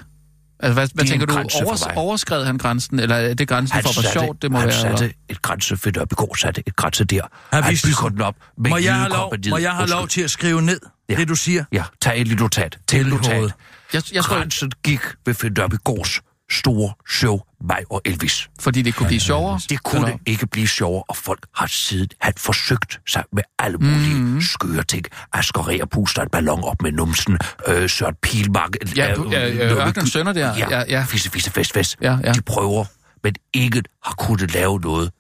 D: Altså, hvad, hvad
F: en
D: tænker du?
F: grænse for
D: Overs,
F: mig.
D: overskred han grænsen? Eller er det grænsen for, hvor sjovt det må
F: han
D: være?
F: satte
D: eller?
F: et grænse, Finn Ørbegård satte et grænse der. Han, han
C: Vistisen.
F: bygger den op med
C: Må jeg, have lov,
F: Jydekompagniet.
C: må jeg have lov
F: Undskyld.
C: til at skrive ned ja.
F: Ja.
C: det, du siger?
F: Ja, tag et lille notat. Tag et
C: Elhoved.
F: notat.
D: Jeg, jeg tror,
F: Grænsen gik ved Finn Ørbegårds store show, mig og Elvis.
D: fordi det kunne blive sjovere.
F: Det kunne
D: eller-
F: ikke blive sjovere, og folk har siden han forsøgt sig med alle mulige mm. skøre ting. Asger Rea puster en ballon op med numsen, øh, Søren Pilmark... øh,
D: Ja, du- ja, ja,
F: Lotte
D: Ørkenens
F: Gy-
D: Sønner der,
F: Ja,
D: ja,
F: ja.
D: ja.
F: Fisse, fisse, fest, fest.
D: Ja, ja.
F: De prøver, men ingen har kunnet lave noget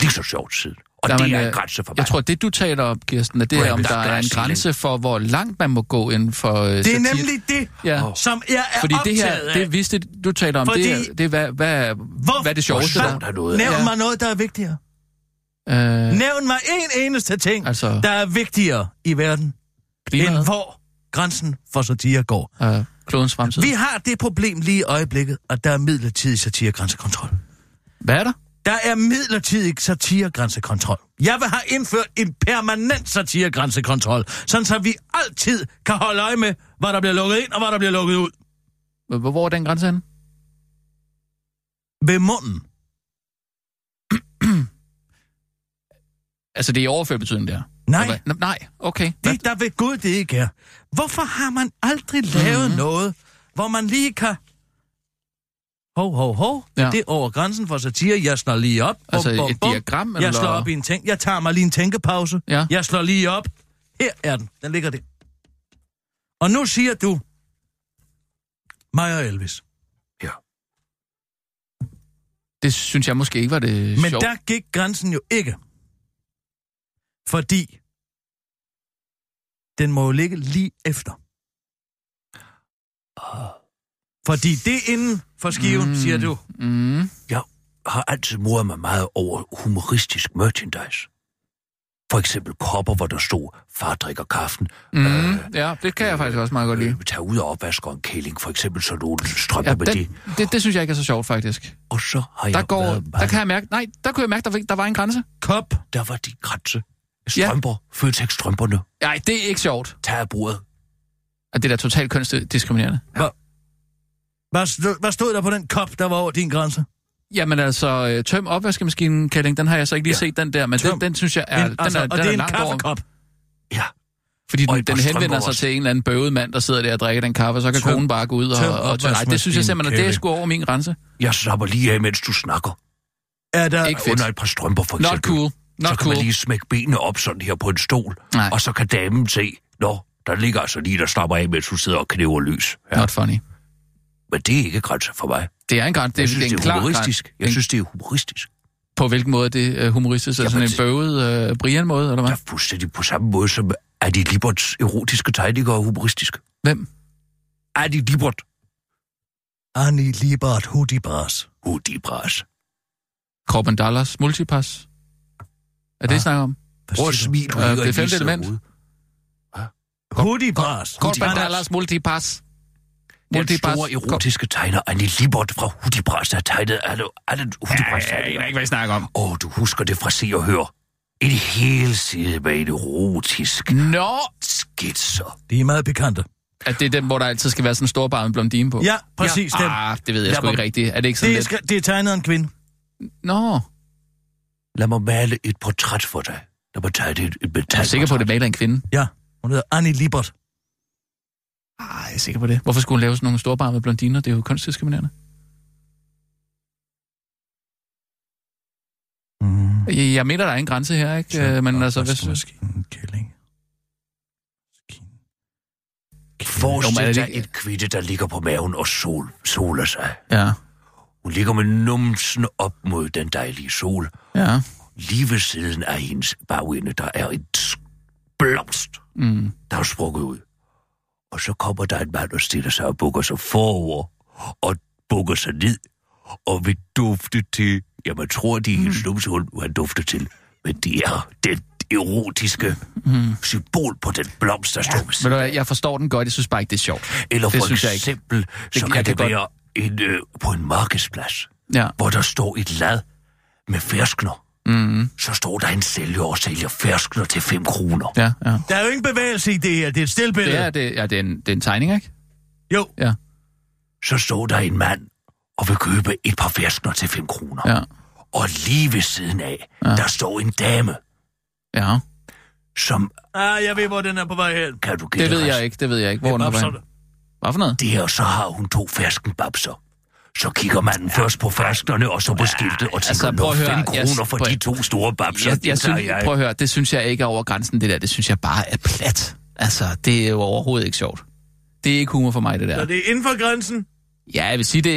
F: lige så sjovt siden. Og
D: Nej,
F: det
D: men,
F: er en
D: øh,
F: grænse for mig.
D: Jeg tror, det du taler om, Kirsten, er det er, om
F: Raven's
D: der er en
F: Glass
D: grænse for, hvor langt man må gå inden for øh,
C: Det er
D: satire.
C: nemlig det,
D: Ja.
C: som jeg er
D: Fordi det
C: optaget
D: her,
C: af.
D: det vidste du taler om,
C: Fordi-
D: det, er, det er, hvad, hvad, hvad er det sjoveste
F: sjovt
D: der?
F: er noget.
C: Nævn
D: Ja.
C: mig noget, der er vigtigere.
D: Øh,
C: Nævn mig en eneste ting,
D: Altså-
C: der er vigtigere i verden, end
D: klimaet,
C: hvor grænsen for satire går.
D: øh, klodens fremtid.
C: Vi har det problem lige i øjeblikket, at der er midlertidig satiregrænsekontrol.
D: Hvad er der?
C: Der er midlertidig satiregrænsekontrol. Jeg vil have indført en permanent satiregrænsekontrol, sådan så vi altid kan holde øje med, hvad der bliver lukket ind og hvad der bliver lukket ud.
D: Hvor- Hvor er den grænse henne?
C: Ved munden.
D: Altså, det er i overført betydning, der.
C: Nej.
D: Nej, okay. Hvad?
C: Det der ved Gud, det ikke er. Hvorfor har man aldrig lavet
D: Mhm.
C: mm-hmm. noget, hvor man lige kan... Hov, hov, hov. Ja.
D: Ja.
C: Det er over grænsen for satire. Jeg slår lige op. Bum,
D: Altså et
C: bum, bum.
D: diagram,
C: Jeg
D: eller-
C: slår op i en tænk. Jeg tager mig lige en tænkepause.
D: Ja.
C: Jeg slår lige op. Her er den. Den ligger der. Og nu siger du... Mig og Elvis.
D: Det synes jeg måske ikke var det
C: Men
D: sjovt.
C: der gik grænsen jo ikke. Fordi... Den må jo ligge lige efter. Fordi det er inden for skiven, mm. siger du.
F: Jeg har altid moret mig meget over humoristisk merchandise. For eksempel kopper, hvor der stod, far drikker kaffen, mm. øh,
D: Ja, det kan jeg faktisk også meget godt lide.
F: tage ud og opvasker en kæling, for eksempel sådan nogle strømper
D: Ja,
F: ja, med det.
D: den, det, det synes jeg ikke er så sjovt, faktisk.
F: Og så har
D: Der
F: jeg
D: går,
F: været
D: der
F: meget,
D: kan jeg mærke, nej, der kunne jeg mærke, der, var- der var en grænse.
C: Kop.
F: der var de grænse.
D: Ja.
F: Strømper, ja. Føtex-strømperne,
D: Nej, det er ikke sjovt.
F: tag af bordet.
D: Og det er da totalt kønsdiskriminerende.
C: Hvad stod, hvad stod der på den kop, der var over din grænse?
D: Jamen altså, øh, tøm opvaskemaskinen, Kælling, den har jeg så ikke lige ja. set, den der, men
C: Tøm.
D: den, den synes jeg er,
C: en, altså,
D: den er,
C: og
D: den
C: det er,
D: er
C: en
D: langt over,
C: kaffekop.
F: Ja,
D: fordi
F: Og
D: den,
F: et par
D: den
F: strømper
D: henvender sig
F: også.
D: til en eller anden bøvet mand, der sidder der og drikker den kaffe, og så kan
C: Tøm.
D: konen bare gå ud og...
C: Tøm
D: og, og nej, det synes jeg simpelthen, at det er
C: opvaskemaskinen,
D: sgu over min grænse.
F: jeg slapper lige af, mens du snakker.
C: Er der...
D: Ikke fedt.
F: Under et par strømper, for eksempel.
D: Not cool.
F: så
D: Not
F: kan man
D: cool.
F: lige smække benene op sådan her på en stol,
D: Nej.
F: og så kan damen se, nå, der ligger altså lige, der slapper af, mens hun sidder og knæver løs. Ja.
D: Not funny.
F: Men det er ikke grænser for mig.
D: Det er en grænse. Det,
F: Jeg
D: er-
F: synes,
D: det er en
F: det er
D: klar
F: humoristisk.
D: grænse.
F: Jeg
D: En-
F: synes, det er humoristisk.
D: På hvilken måde er det uh, humoristisk? Altså sådan en bøvet uh, Brian-måde, eller
F: Der
D: hvad?
F: er fuldstændig på samme måde som Adi Liberts erotiske tegninger er humoristiske.
D: Hvem?
F: Adi Libert.
C: Annie Libert Hudibras.
F: Hudi bras.
D: Corbin Dallas Multipass? Er det, I snakker om?
F: Prøv at smil, du
D: Øh,
F: ligger
D: det
F: i
D: femte
F: vildeste
D: element.
F: hoved.
C: Hudibras.
D: Corbin
C: Anders,
D: Dallas Multipass.
F: Den
D: Multipass.
F: store erotiske tegner, Annie Libert fra Hudi Bras, der tegnede alle, alle Hudi Bras. Ja, ja,
D: ikke, hvad I snakker om.
F: Åh, du husker det fra Se og Hør. En hel side med en erotisk
D: Nå!
F: skitser.
C: De er meget pikante.
D: At det er den, hvor der altid skal være sådan en storbarmet blondine på?
C: Ja, præcis ja.
D: ja.
C: dem.
D: Ah, det ved jeg
C: Lad
D: sgu
C: mig-
D: ikke rigtigt. Er det ikke sådan
C: Det er,
D: lidt?
C: sk- det er tegnet af en kvinde.
D: Nå,
F: Lad mig male et portræt for dig. Lad mig tegne et, et
D: jeg er
F: metal.
D: du sikker på, at det maler en kvinde.
C: Ja, hun hedder Annie Libert.
D: Ah, jeg er sikker på det. Hvorfor skulle hun lave sådan nogle storbarmede blondiner? Det er jo kunstdiskriminerende.
C: Mm.
D: Jeg, jeg mener, der er en grænse her, ikke? Øh, Men altså, hvad synes
C: En kælling.
D: Jo, men er
F: Forestil
D: det
F: dig
D: ikke-
F: et kvinde, der ligger på maven og sol, soler sig.
D: Ja,
F: Hun ligger med numsen op mod den dejlige sol.
D: ja.
F: Lige ved siden af hendes bagende, der er et sk- blomst,
D: Mm.
F: der er sprukket ud. Og så kommer der en mand og stiller sig og bukker sig forover og bukker sig ned og vil dufte til, ja, man tror, det er
D: Mm.
F: hendes numsehul, han dufter til, men det er den erotiske mm. symbol på den blomst, der ja, står ved
D: Ved du hvad, jeg forstår den godt. Jeg synes bare ikke, det er sjovt.
F: Eller
D: Det
F: for
D: synes jeg ikke.
F: eksempel, så
D: jeg
F: kan,
D: kan
F: det
D: godt-
F: være en, øh, på en markedsplads,
D: Ja.
F: hvor der står et lad med ferskner.
D: Mm.
F: Så står der en sælger og sælger ferskner til 5 kroner.
D: Ja, ja.
C: Der er jo ingen bevægelse i det her. Det er et
D: Det
C: stillbillede.
D: er, det, ja, det er, en, det er en tegning, ikke?
C: Jo,
F: Så står der en mand og vil købe et par ferskner til 5 kroner.
D: Ja,
F: Og lige ved siden af, ja. der står en dame,
D: ja.
F: som
C: ah, jeg ved, hvor den er på vej hen.
F: kan du gætte
D: Det ved
F: resten?
D: jeg ikke, det ved jeg ikke. Hvor er den på vej? Hvad for noget?
F: Det her, så har hun to ferskenbabser. Så kigger manden ja. først på fersknerne og så på skiltet og tænker,
D: altså,
F: altså,
D: prøv
F: nå,
D: at høre,
F: 5
D: jeg-
F: kroner for
D: prøv-
F: de to store
D: Jeg,
F: babser,
D: jeg
F: det tager
D: synes,
F: jeg.
D: prøv at høre, det synes jeg ikke er over grænsen, det der. Det synes jeg bare er plat. Altså, det er jo overhovedet ikke sjovt. Det er ikke humor for mig, det
C: Så
D: der.
C: det er inden for grænsen.
D: Ja, jeg vil sige, det,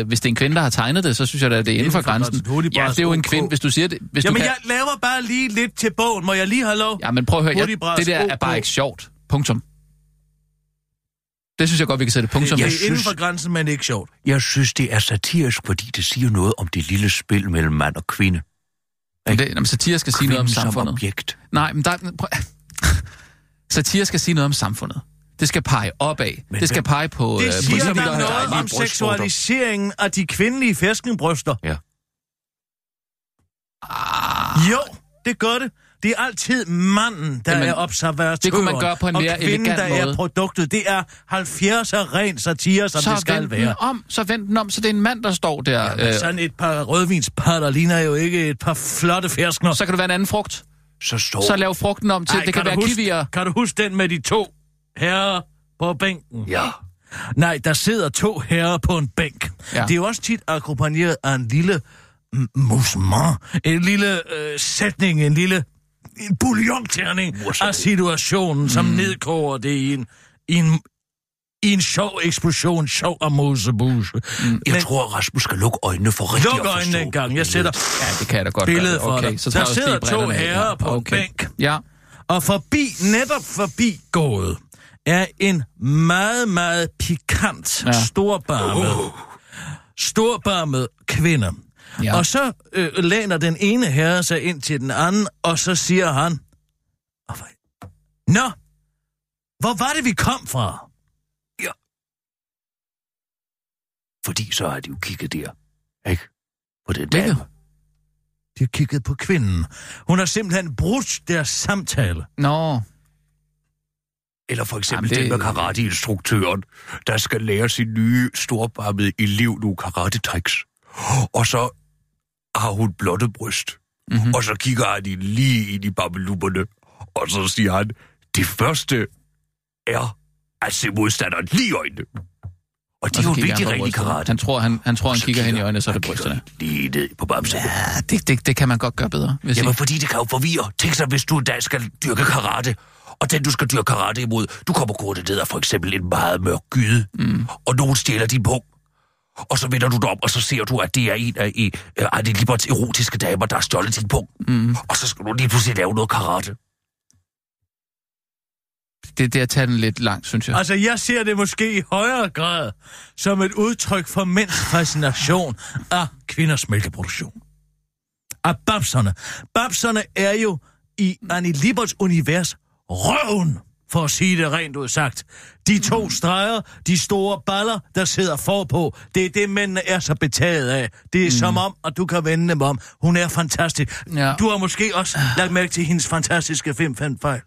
D: øh, hvis det er en kvinde, der har tegnet det, så synes jeg da, det er inden for grænsen.
C: Hurtig
D: Ja,
C: bras,
D: det er jo en
C: OK.
D: kvinde, hvis du siger det. Hvis
C: Jamen,
D: du kan...
C: jeg laver bare lige lidt til bogen. Må jeg lige have lov?
D: Ja, men prøv at høre,
C: Hurtig
D: jeg,
C: bras,
D: det der er
C: OK.
D: bare ikke sjovt. Punktum. Det synes jeg godt, vi kan sætte punktum.
C: det er
D: ved.
F: jeg
C: inden
F: synes-
C: for grænsen, men ikke sjovt.
F: Jeg synes, det er satirisk, fordi det siger noget om det lille spil mellem mand og kvinde.
D: Men det- Jamen, satire skal sige noget om
F: Kvinden Som
D: samfundet.
F: objekt.
D: Nej, men der... Prøv... Satire skal sige noget om samfundet. Det skal pege opad.
F: Men
D: det skal
F: hvem-
D: pege på...
C: Det
D: øh,
C: siger
D: politikere,
C: der
D: der
C: noget
D: er-
C: om seksualiseringen af de kvindelige ferskenbryster.
F: Ja.
C: Ah. Jo, det gør det. Det er altid manden, der
D: Jamen,
C: Jamen, er observatøren.
D: det kunne man gøre på en mere
C: og kvinden,
D: elegant
C: der
D: måde.
C: er produktet. Det er 70'er ren satire, som
D: så
C: det skal
D: vend
C: være.
D: den om, så vend den om, så det er en mand, der står der.
C: Jamen,
D: øh,
C: sådan et par rødvinspatter ligner jo ikke et par flotte ferskner.
D: så kan det være en anden frugt.
F: Så står...
D: Så lav frugten om til,
C: Ej,
D: det kan,
C: du
D: være
C: huske,
D: kiwier.
C: Kan du huske den med de to herrer på bænken?
F: Ja.
C: Nej, der sidder to herrer på en bænk.
D: Ja.
C: Ja. Det er jo også tit akkompagneret af en lille mm, mouvement, en lille øh, sætning, en lille en bouillonterning af situationen,
D: Mm.
C: som nedkoger det i en, i en, i en sjov eksplosion, sjov og mosebuse. Mm.
F: Jeg tror, Rasmus skal lukke øjnene for rigtig
C: Luk øjnene en gang, jeg sætter
D: Ja, det kan jeg da godt
C: billedet
D: gøre.
C: for
D: Okay,
C: dig. Der
D: så tager jeg også
C: sidder
D: lige brillerne
C: to
D: af.
C: herrer på en
D: okay.
C: bænk.
D: Ja,
C: og forbi, netop forbi gået, er en meget, meget pikant, ja.
D: Ja.
C: storbarmet,
F: Uh.
C: storbarmet kvinde. Ja.
D: Ja.
C: Og så øh, læner den ene herre sig ind til den anden, og så siger han... "Åh, hvor- Nå, hvor var det, vi kom fra?
F: Fordi så har de jo kigget der. Ikke? På den
D: Ligger.
F: dame.
C: De kiggede på kvinden. Hun har simpelthen brudt deres samtale.
D: Nå,
F: Eller for eksempel
D: Jamen,
F: Jamen,
D: det-
F: det... den med karateinstruktøren, der skal lære sin nye storbarmede elev nogle karate-tricks. Og så har hun blotte bryst. Mm-hmm. Og så kigger han i- lige ind i babbelupperne. Og så siger han, det første er at se Altså, modstanderen lige i øjnene. Og det
D: og
F: er
D: så
F: jo en
D: kigger han
F: vigtig
D: på
F: rigtig
D: brysterne.
F: karate.
D: Han tror, han, han, tror, han
F: Så
D: kigger hen i øjnene, så er det brysterne.
F: kigger Lige ned på bamsen. Ja.
D: Ja, det, det, det kan man godt gøre bedre. Hvis
F: Jamen,
D: Jamen,
F: fordi det kan jo forvirre. Tænk sig, hvis du en dag skal dyrke karate, og den, du skal dyrke karate imod, du kommer gående ned af for eksempel en meget mørk gyde, mm. og nogen stjæler din pung. Og så vender du dig om, og så ser du, at det er en af i, øh, Arne Liberts erotiske damer, der har stjålet din pung. Mm. Og så skal du lige pludselig lave noget karate.
D: det, det er at tage den lidt langt, synes jeg.
C: Altså, jeg ser det måske i højere grad som et udtryk for mænds fascination af kvinders mælkeproduktion. Af babserne. Babserne er jo i Annie Liberts univers røven, for at sige det rent ud sagt. De to streger, de store baller, der sidder forpå, det er det, mændene er så betaget af. Det er mm. som om, og du kan vende dem om, hun er fantastisk. Ja.
D: Ja.
C: Du har måske også lagt mærke til hendes fantastiske film, fandt fejl.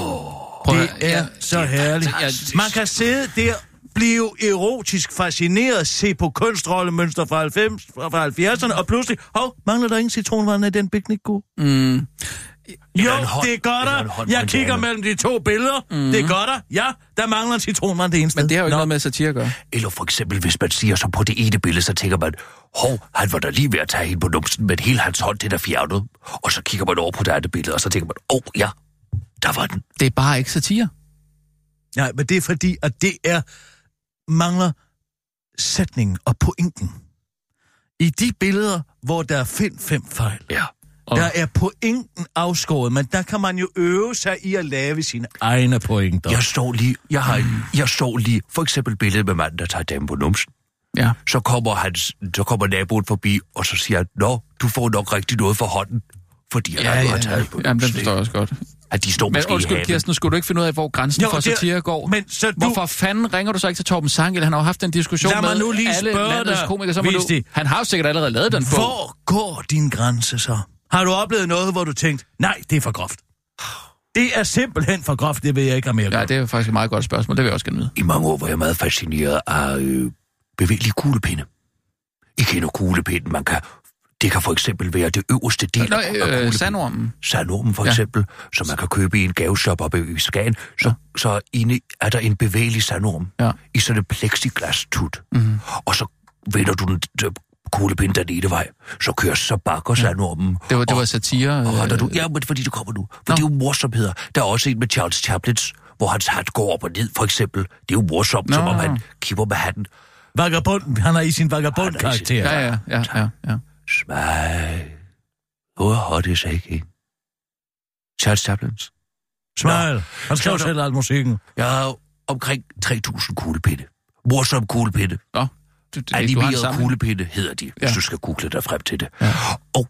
D: Prøv at-
C: Det er så herligt.
D: fantastisk.
C: Man kan sidde der, blive erotisk fascineret, se på kunstrollemønster fra, 90, fra 70'erne, og pludselig, hov, mangler der ingen citronvand i den piknik god?
D: Mm,
C: Jo,
F: en hånd.
C: det gør
F: Eller en
C: der.
F: hånd fra
C: Jeg
F: en
C: kigger
F: dame.
C: mellem de to billeder. Det gør der. Ja, der mangler en citronvand det eneste.
D: men det har jo ikke noget med satire at gøre.
F: Eller for eksempel, hvis man siger så på det ene billede, så tænker man, hov, han var da lige ved at tage hende på numsen, men hele hans hånd, det er da fjernet. Og så kigger man over på det andet billede, og så tænker man, åh oh, ja, der var den.
D: Det er bare ikke satire.
C: Nej, men det er fordi, at det er mangler sætningen og pointen. I de billeder, hvor der er find fem fejl,
F: Ja.
D: Og-
C: Der er pointen afskåret, men der kan man jo øve sig i at lave sine egne pointer.
F: Jeg så lige, jeg, har, jeg så lige for eksempel billedet med manden, der tager damen på numsen.
D: Ja.
F: Så kommer, hans, så kommer naboen forbi, og så siger han, Nå, du får nok rigtig noget for hånden, fordi han ja, har taget på
D: Jamen, den
F: numsen.
D: forstår jeg også godt.
F: ikke? At de står
D: Men
F: måske i
D: undskyld,
F: haven.
D: Kirsten, skulle du ikke finde ud af, hvor grænsen
C: Jo,
D: jo, for
C: det-
D: satire går?
C: men så du-
D: Hvorfor fanden ringer du så ikke til Torben Sangel? Han har jo haft en diskussion
C: Lad mig
D: med
C: nu lige
D: alle
C: spørge
D: landets
C: dig,
D: komikere. Så må du...
C: Visti.
D: Han har jo sikkert allerede lavet den bog.
C: Hvor går din grænse så? Har du oplevet noget, hvor du tænkte, nej, det er for groft? Det er simpelthen for groft, det vil jeg ikke have mere.
D: Ja,
C: det...
D: det er faktisk et meget godt spørgsmål. Det vil jeg også gerne vide.
F: I mange år var jeg meget fascineret af øh, bevægelige kuglepinde. I kender kuglepinden, man kan... Det kan for eksempel være det øverste del
D: Nå,
F: af
D: øh,
F: kuglepinden.
D: sandormen.
F: Sandormen for
D: Ja.
F: eksempel, som man kan købe i en gaveshop oppe i Skagen. Så, så inde er der en bevægelig sandorm
D: Ja. Mhm.
F: i sådan en plexiglas-tut. Mm-hmm. Og så vender du den d- kuglepinden den ene vej. Så kører så bakker sandormen.
D: Det var, det
F: og-
D: var satire.
F: og retter
D: øh,
F: du, ja, men fordi det kommer nu. For det er jo morsomheder. Der er også en med Charles Chaplins, hvor hans hat går op og ned, for eksempel. Det er jo morsomt,
D: Nå.
F: som om han kipper med hatten.
C: Vagabunden, han er i sin vagabund-karakter.
D: Ja, ja, ja, ja, ja.
F: Smile. Who hot is aching? Charles Chaplins.
C: Smile. Han skrev
F: Nå, nå.
C: selv alt musikken.
F: Jeg har omkring 3.000 kuglepinde. Morsom kuglepinde.
D: Nå, du, du, du har en
F: Animeret
D: samling.
F: kuglepinde hedder de, hvis
D: Ja.
F: du skal google dig frem til det.
D: Ja.
F: Og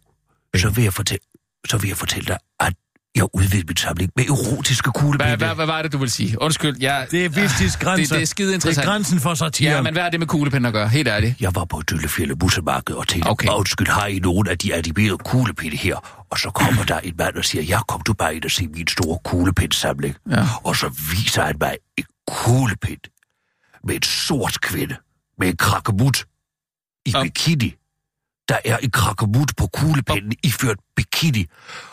F: så vil, jeg fortælle, så vil jeg fortælle dig, at jeg udvidede min samling med erotiske
D: Hvad,
F: kuglepinde.
D: hvad, hvad var det, du ville sige? Undskyld, jeg... Ah.
C: Det er vigtigst grænse.
D: det er skide
C: Det
D: interessant.
C: er grænsen for satire.
D: Ja, men hvad er det med kuglepinden at gøre? Helt ærligt.
F: Jeg var på Døllefjælde Bussemarked og tænkte,
D: Okay.
F: okay. undskyld, har I nogen af de animerede kuglepinde her? Og så kommer der en mand og siger, ja, kom du bare ind og se min store kuglepindsamling.
D: Ja.
F: Og så viser han mig en kuglepind med en sort kvinde med en krakemut i
D: Om.
F: bikini. Der er en krakemut på kuglepinden iført bikini.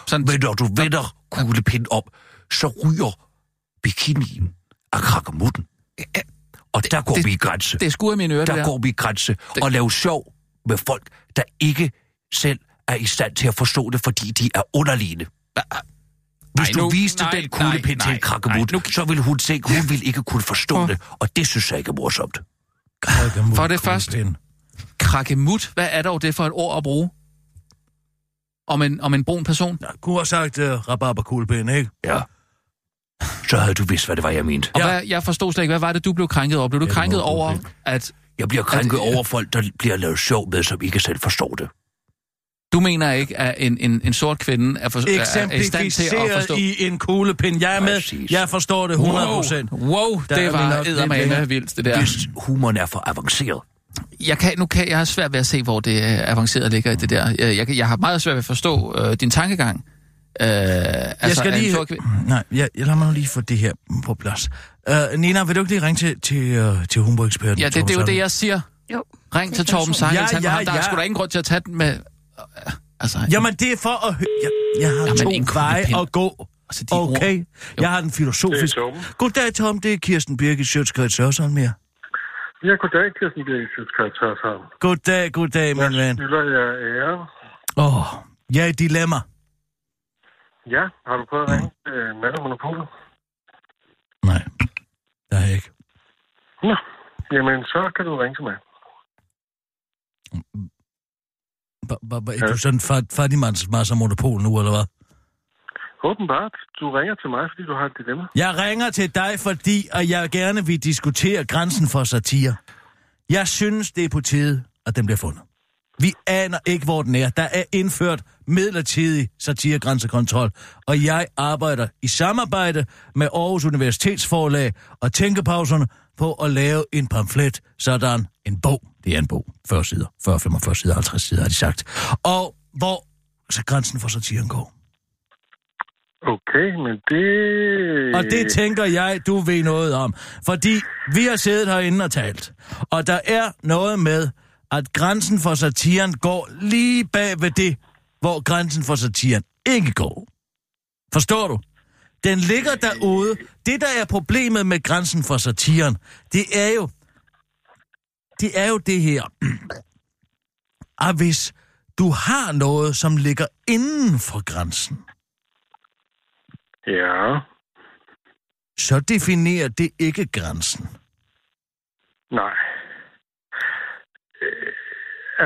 D: Sådan,
F: Men når du vender kuglepinden om, så ryger bikinien af krakemutten. Og der går
D: det-
F: vi i grænse
D: det er skur i mine ører, det
F: der
D: der.
F: går vi grænse og lave sjov med folk, der ikke selv er i stand til at forstå det, fordi de er underliggende. Hvis
D: Ej,
F: du
D: nu-
F: viste
D: nej,
F: den
D: nej,
F: kuglepind til
D: nej,
F: en krakkemut,
D: nej,
F: så ville hun tænke, hun ville ikke kunne forstå det, og det synes jeg ikke er morsomt.
C: Vagabunden,
D: For det første-
C: kuglepind.
D: Krakemut, hvad er dog det for et ord at bruge? Om en, om en brun person?
C: øh, Jeg kunne have sagt uh, rabarberkuglepind, ikke?
F: Ja. så havde du vidst, hvad det var, jeg mente.
D: Og
C: Ja.
D: ja. hvad, jeg forstod slet ikke, hvad var det, du blev krænket over? Blev du krænket over, at
F: Jeg bliver krænket
D: Altså-
F: over folk, der bliver lavet sjov med, som ikke selv forstår det.
D: du mener ikke, at en, en, en sort kvinde er, for, er, er i stand til at
C: Eksemplificeret
D: forstå...
C: i en kuglepind. Jeg er med.
F: Præcis.
C: Jeg forstår det 100 procent.
D: Wow, wow
C: Der er
D: det
C: vi
D: var
C: nok lidt længere.
D: eddermame vildt, det der.
F: Hvis humoren er for avanceret,
D: Jeg, kan, nu kan, jeg har svært ved at se, hvor det øh, avancerede ligger i det der. Jeg, jeg, kan- jeg har meget svært ved at forstå øh, din tankegang. Øh, altså,
C: Jeg skal
D: at en
C: lige...
D: sort kvinde-
C: Nej, jeg, jeg lader mig nu lige få det her på plads. Uh, Nina, vil du ikke lige ringe til, til, uh, til humor-eksperten?
D: Ja, det, det er jo
C: Thomas
D: det,
C: Harder?
D: jeg siger.
E: Jo.
D: Ring til
E: Det kan
D: Torben
E: jeg
D: Sange.
C: Ja,
D: Ja, ja,
C: ja,
D: Der er
C: ja.
D: sgu da ingen grund til at tage den med... øh, Altså,
C: Jamen, det er for at høre... Jeg, jeg har
D: Jamen, en
C: to veje
D: kuglepind.
C: at gå.
D: Altså, de
C: Okay,
D: ord.
C: jeg har den filosofiske...
H: Det er Torben.
C: Goddag, Tom. Det er Kirsten Birgit Sjøtskrets Sørsson mere.
H: Ja, goddag, Kirsten Birgit, skal jeg tage sammen.
C: Goddag, goddag, min ven.
H: Skylder jeg
C: Åh,
H: ære?
C: oh, jeg er i dilemma.
H: Ja, har du prøvet at ringe til øh, Mad og Monopolet?
C: Nej, der er jeg ikke.
H: Nå, jamen så kan du ringe til mig.
C: Hva- hva- hva-
H: Ja.
C: Er du sådan fat- fattigmands masser monopol nu, eller hvad?
H: Åbenbart, du ringer til mig, fordi du har et dilemma.
C: Jeg ringer til dig, fordi at jeg gerne vil diskutere grænsen for satire. Jeg synes, det er på tide, at den bliver fundet. Vi aner ikke, hvor den er. Der er indført midlertidig satiregrænsekontrol, og jeg arbejder i samarbejde med Aarhus Universitetsforlag og tænkepauserne på at lave en pamflet, sådan en bog. Det er en bog. 40 sider, 40, 45 sider, 50 sider, har de sagt. Og hvor så grænsen for satiren går.
H: Okay, men det...
C: Og det tænker jeg, du ved noget om. Fordi vi har siddet herinde og talt. Og der er noget med, at grænsen for satiren går lige bag ved det, hvor grænsen for satiren ikke går. Forstår du? Den ligger derude. Det, der er problemet med grænsen for satiren, det er jo... Det er jo det her. at hvis du har noget, som ligger inden for grænsen,
H: Ja,
C: så definerer det ikke grænsen.
H: nej. Øh,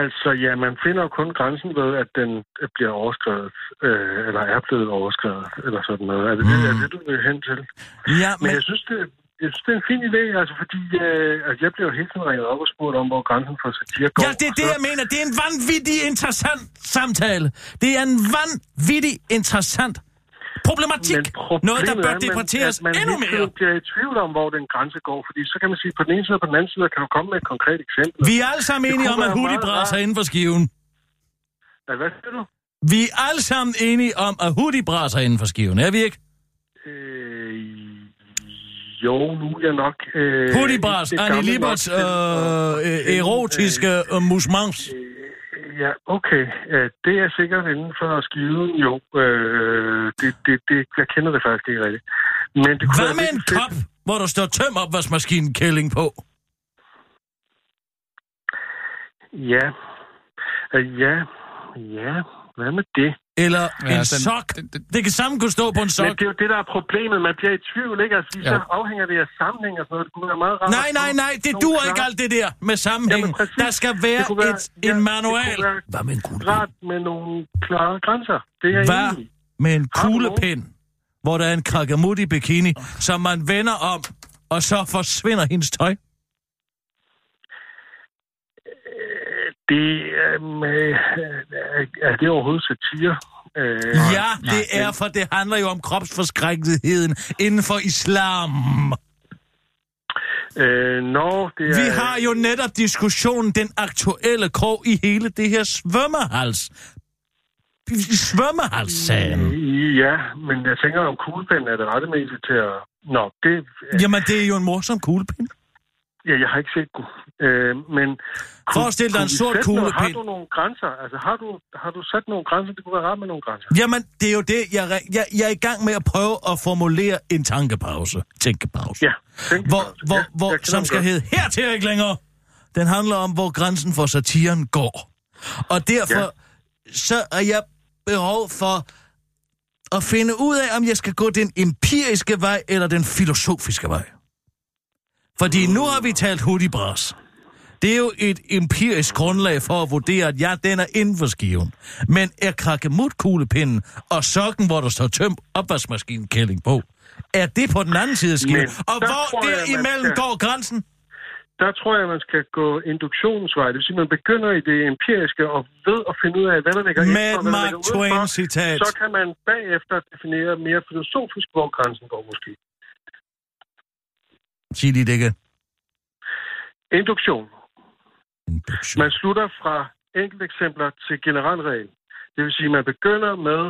H: Altså, ja, man finder jo kun grænsen ved, at den bliver overskrevet, øh, eller er blevet overskredet, eller sådan noget. Er det, det, er det du vil hen til?
C: Ja,
H: Men jeg synes, det, jeg synes, det er en fin idé, altså fordi øh, altså, jeg bliver jo hele tiden ringet op og spurgt om, hvor grænsen for satire går.
C: Ja, det er det, jeg mener. Det er en vanvittig interessant samtale. Det er en vanvittig interessant problematik. Noget, der bør debatteres
H: at man
C: endnu
H: hele
C: mere.
H: tiden bliver i tvivl om, hvor den grænse går, fordi så kan man sige, på den ene side og på den anden side, kan du komme med et konkret eksempel.
C: Vi er alle sammen
H: Det
C: enige om,
H: kunne
C: at
H: være
C: Hudi
H: meget
C: brænder sig
H: rart.
C: inden for skiven.
H: Ja, hvad siger du?
C: Vi er alle sammen enige om, at Hudi brænder sig inden for skiven. Er vi ikke?
H: Øh, jo, nu er jeg nok... Øh,
C: Hudi brænder
H: ikke
C: Annie
H: gammel nok
C: Liberts
H: til
C: øh,
H: at-
C: øh, erotiske øh, musmans.
H: Øh, Ja, okay. Øh, Det er sikkert inden for skiven, jo. Øh, det, det, det, jeg kender det faktisk ikke rigtigt. Men det kunne
C: Hvad
H: være
C: med en
H: virkelig fedt.
C: kop, hvor der står tøm opvaskemaskinen kælling på?
H: Ja. Øh, Ja. Ja. Hvad med det?
C: Eller
D: Ja,
C: en
D: den-
C: sok?
D: den- den-
C: Det kan samme kunne stå på en
H: Men
C: sok.
H: det er jo det, der er problemet. Man bliver i tvivl, ikke? Altså,
D: Jo.
H: så afhænger det af sammenhæng og sådan noget. Det kunne være meget rart.
C: Nej,
H: at
C: nej,
H: få
C: nej, det
H: nogle
C: duer
H: klare-
C: ikke alt det der med sammenhæng.
H: Jamen, præcis.
C: der skal
H: Det
C: være,
H: kunne være-
C: et,
H: ja,
C: en
H: Det
C: manual.
H: kunne være
F: hvad med en god
H: rart med nogle klare grænser. Det er jeg enig
C: Hvad
H: i.
C: med en
H: Har du
C: kuglepind, hvor der er en krakamut i bikini, som man vender om, og så forsvinder hendes tøj?
H: Øh, Det er med... Er det overhovedet satire? Øh,
C: Ja, det er, for det handler jo om kropsforskrækkeligheden inden for islam.
H: Øh, Nå, det er...
C: Vi har jo netop diskussionen, den aktuelle krog i hele det her svømmehals. Svømmehalssagen.
H: Ja, men jeg tænker, om kuglepinden er det rette medie til at... Nå, det...
C: Jamen, det er jo en morsom kuglepind.
H: Ja, jeg har ikke set den. Øh, men... kunne-
C: Forestil dig en
H: kunne vi
C: sort
H: sætte noget-
C: kuglepind.
H: Har du nogle grænser? Altså, har du, har du sat nogle grænser? Det kunne være rart med nogle grænser.
C: Jamen, det er jo det, jeg, re- jeg, jeg er i gang med at prøve at formulere en tankepause. Tænkepause.
H: Ja. tænk-
C: Hvor, hvor,
H: Ja,
C: hvor,
H: jeg kender
C: som
H: den
C: skal
H: godt.
C: hedde Hertil og ikke længere. Den handler om, hvor grænsen for satiren går. Og derfor, ja. så er jeg behov for at finde ud af, om jeg skal gå den empiriske vej eller den filosofiske vej. Fordi nu har vi talt hudibras. Det er jo et empirisk grundlag for at vurdere, at ja, den er inden for skiven. Men er krakkemut kuglepinden og sokken, hvor der står tømt opvaskemaskinen kælling på, er det på den anden side af skiven.
H: Men
C: Og
H: der
C: hvor
H: tror jeg, man
C: derimellem
H: skal-
C: går grænsen?
H: Der tror jeg, man skal gå induktionsvej. Det vil sige, man begynder i det empiriske og ved at finde ud af, hvad der ligger
C: Med
H: indenfor, hvad der
C: Mark
H: ligger udenfor.
C: Twain-citat.
H: Så kan man bagefter definere mere filosofisk, hvor grænsen går måske.
C: Sig lige det igen.
H: Induktion. Man slutter fra enkelte eksempler til generalregel. Det vil sige, at man begynder med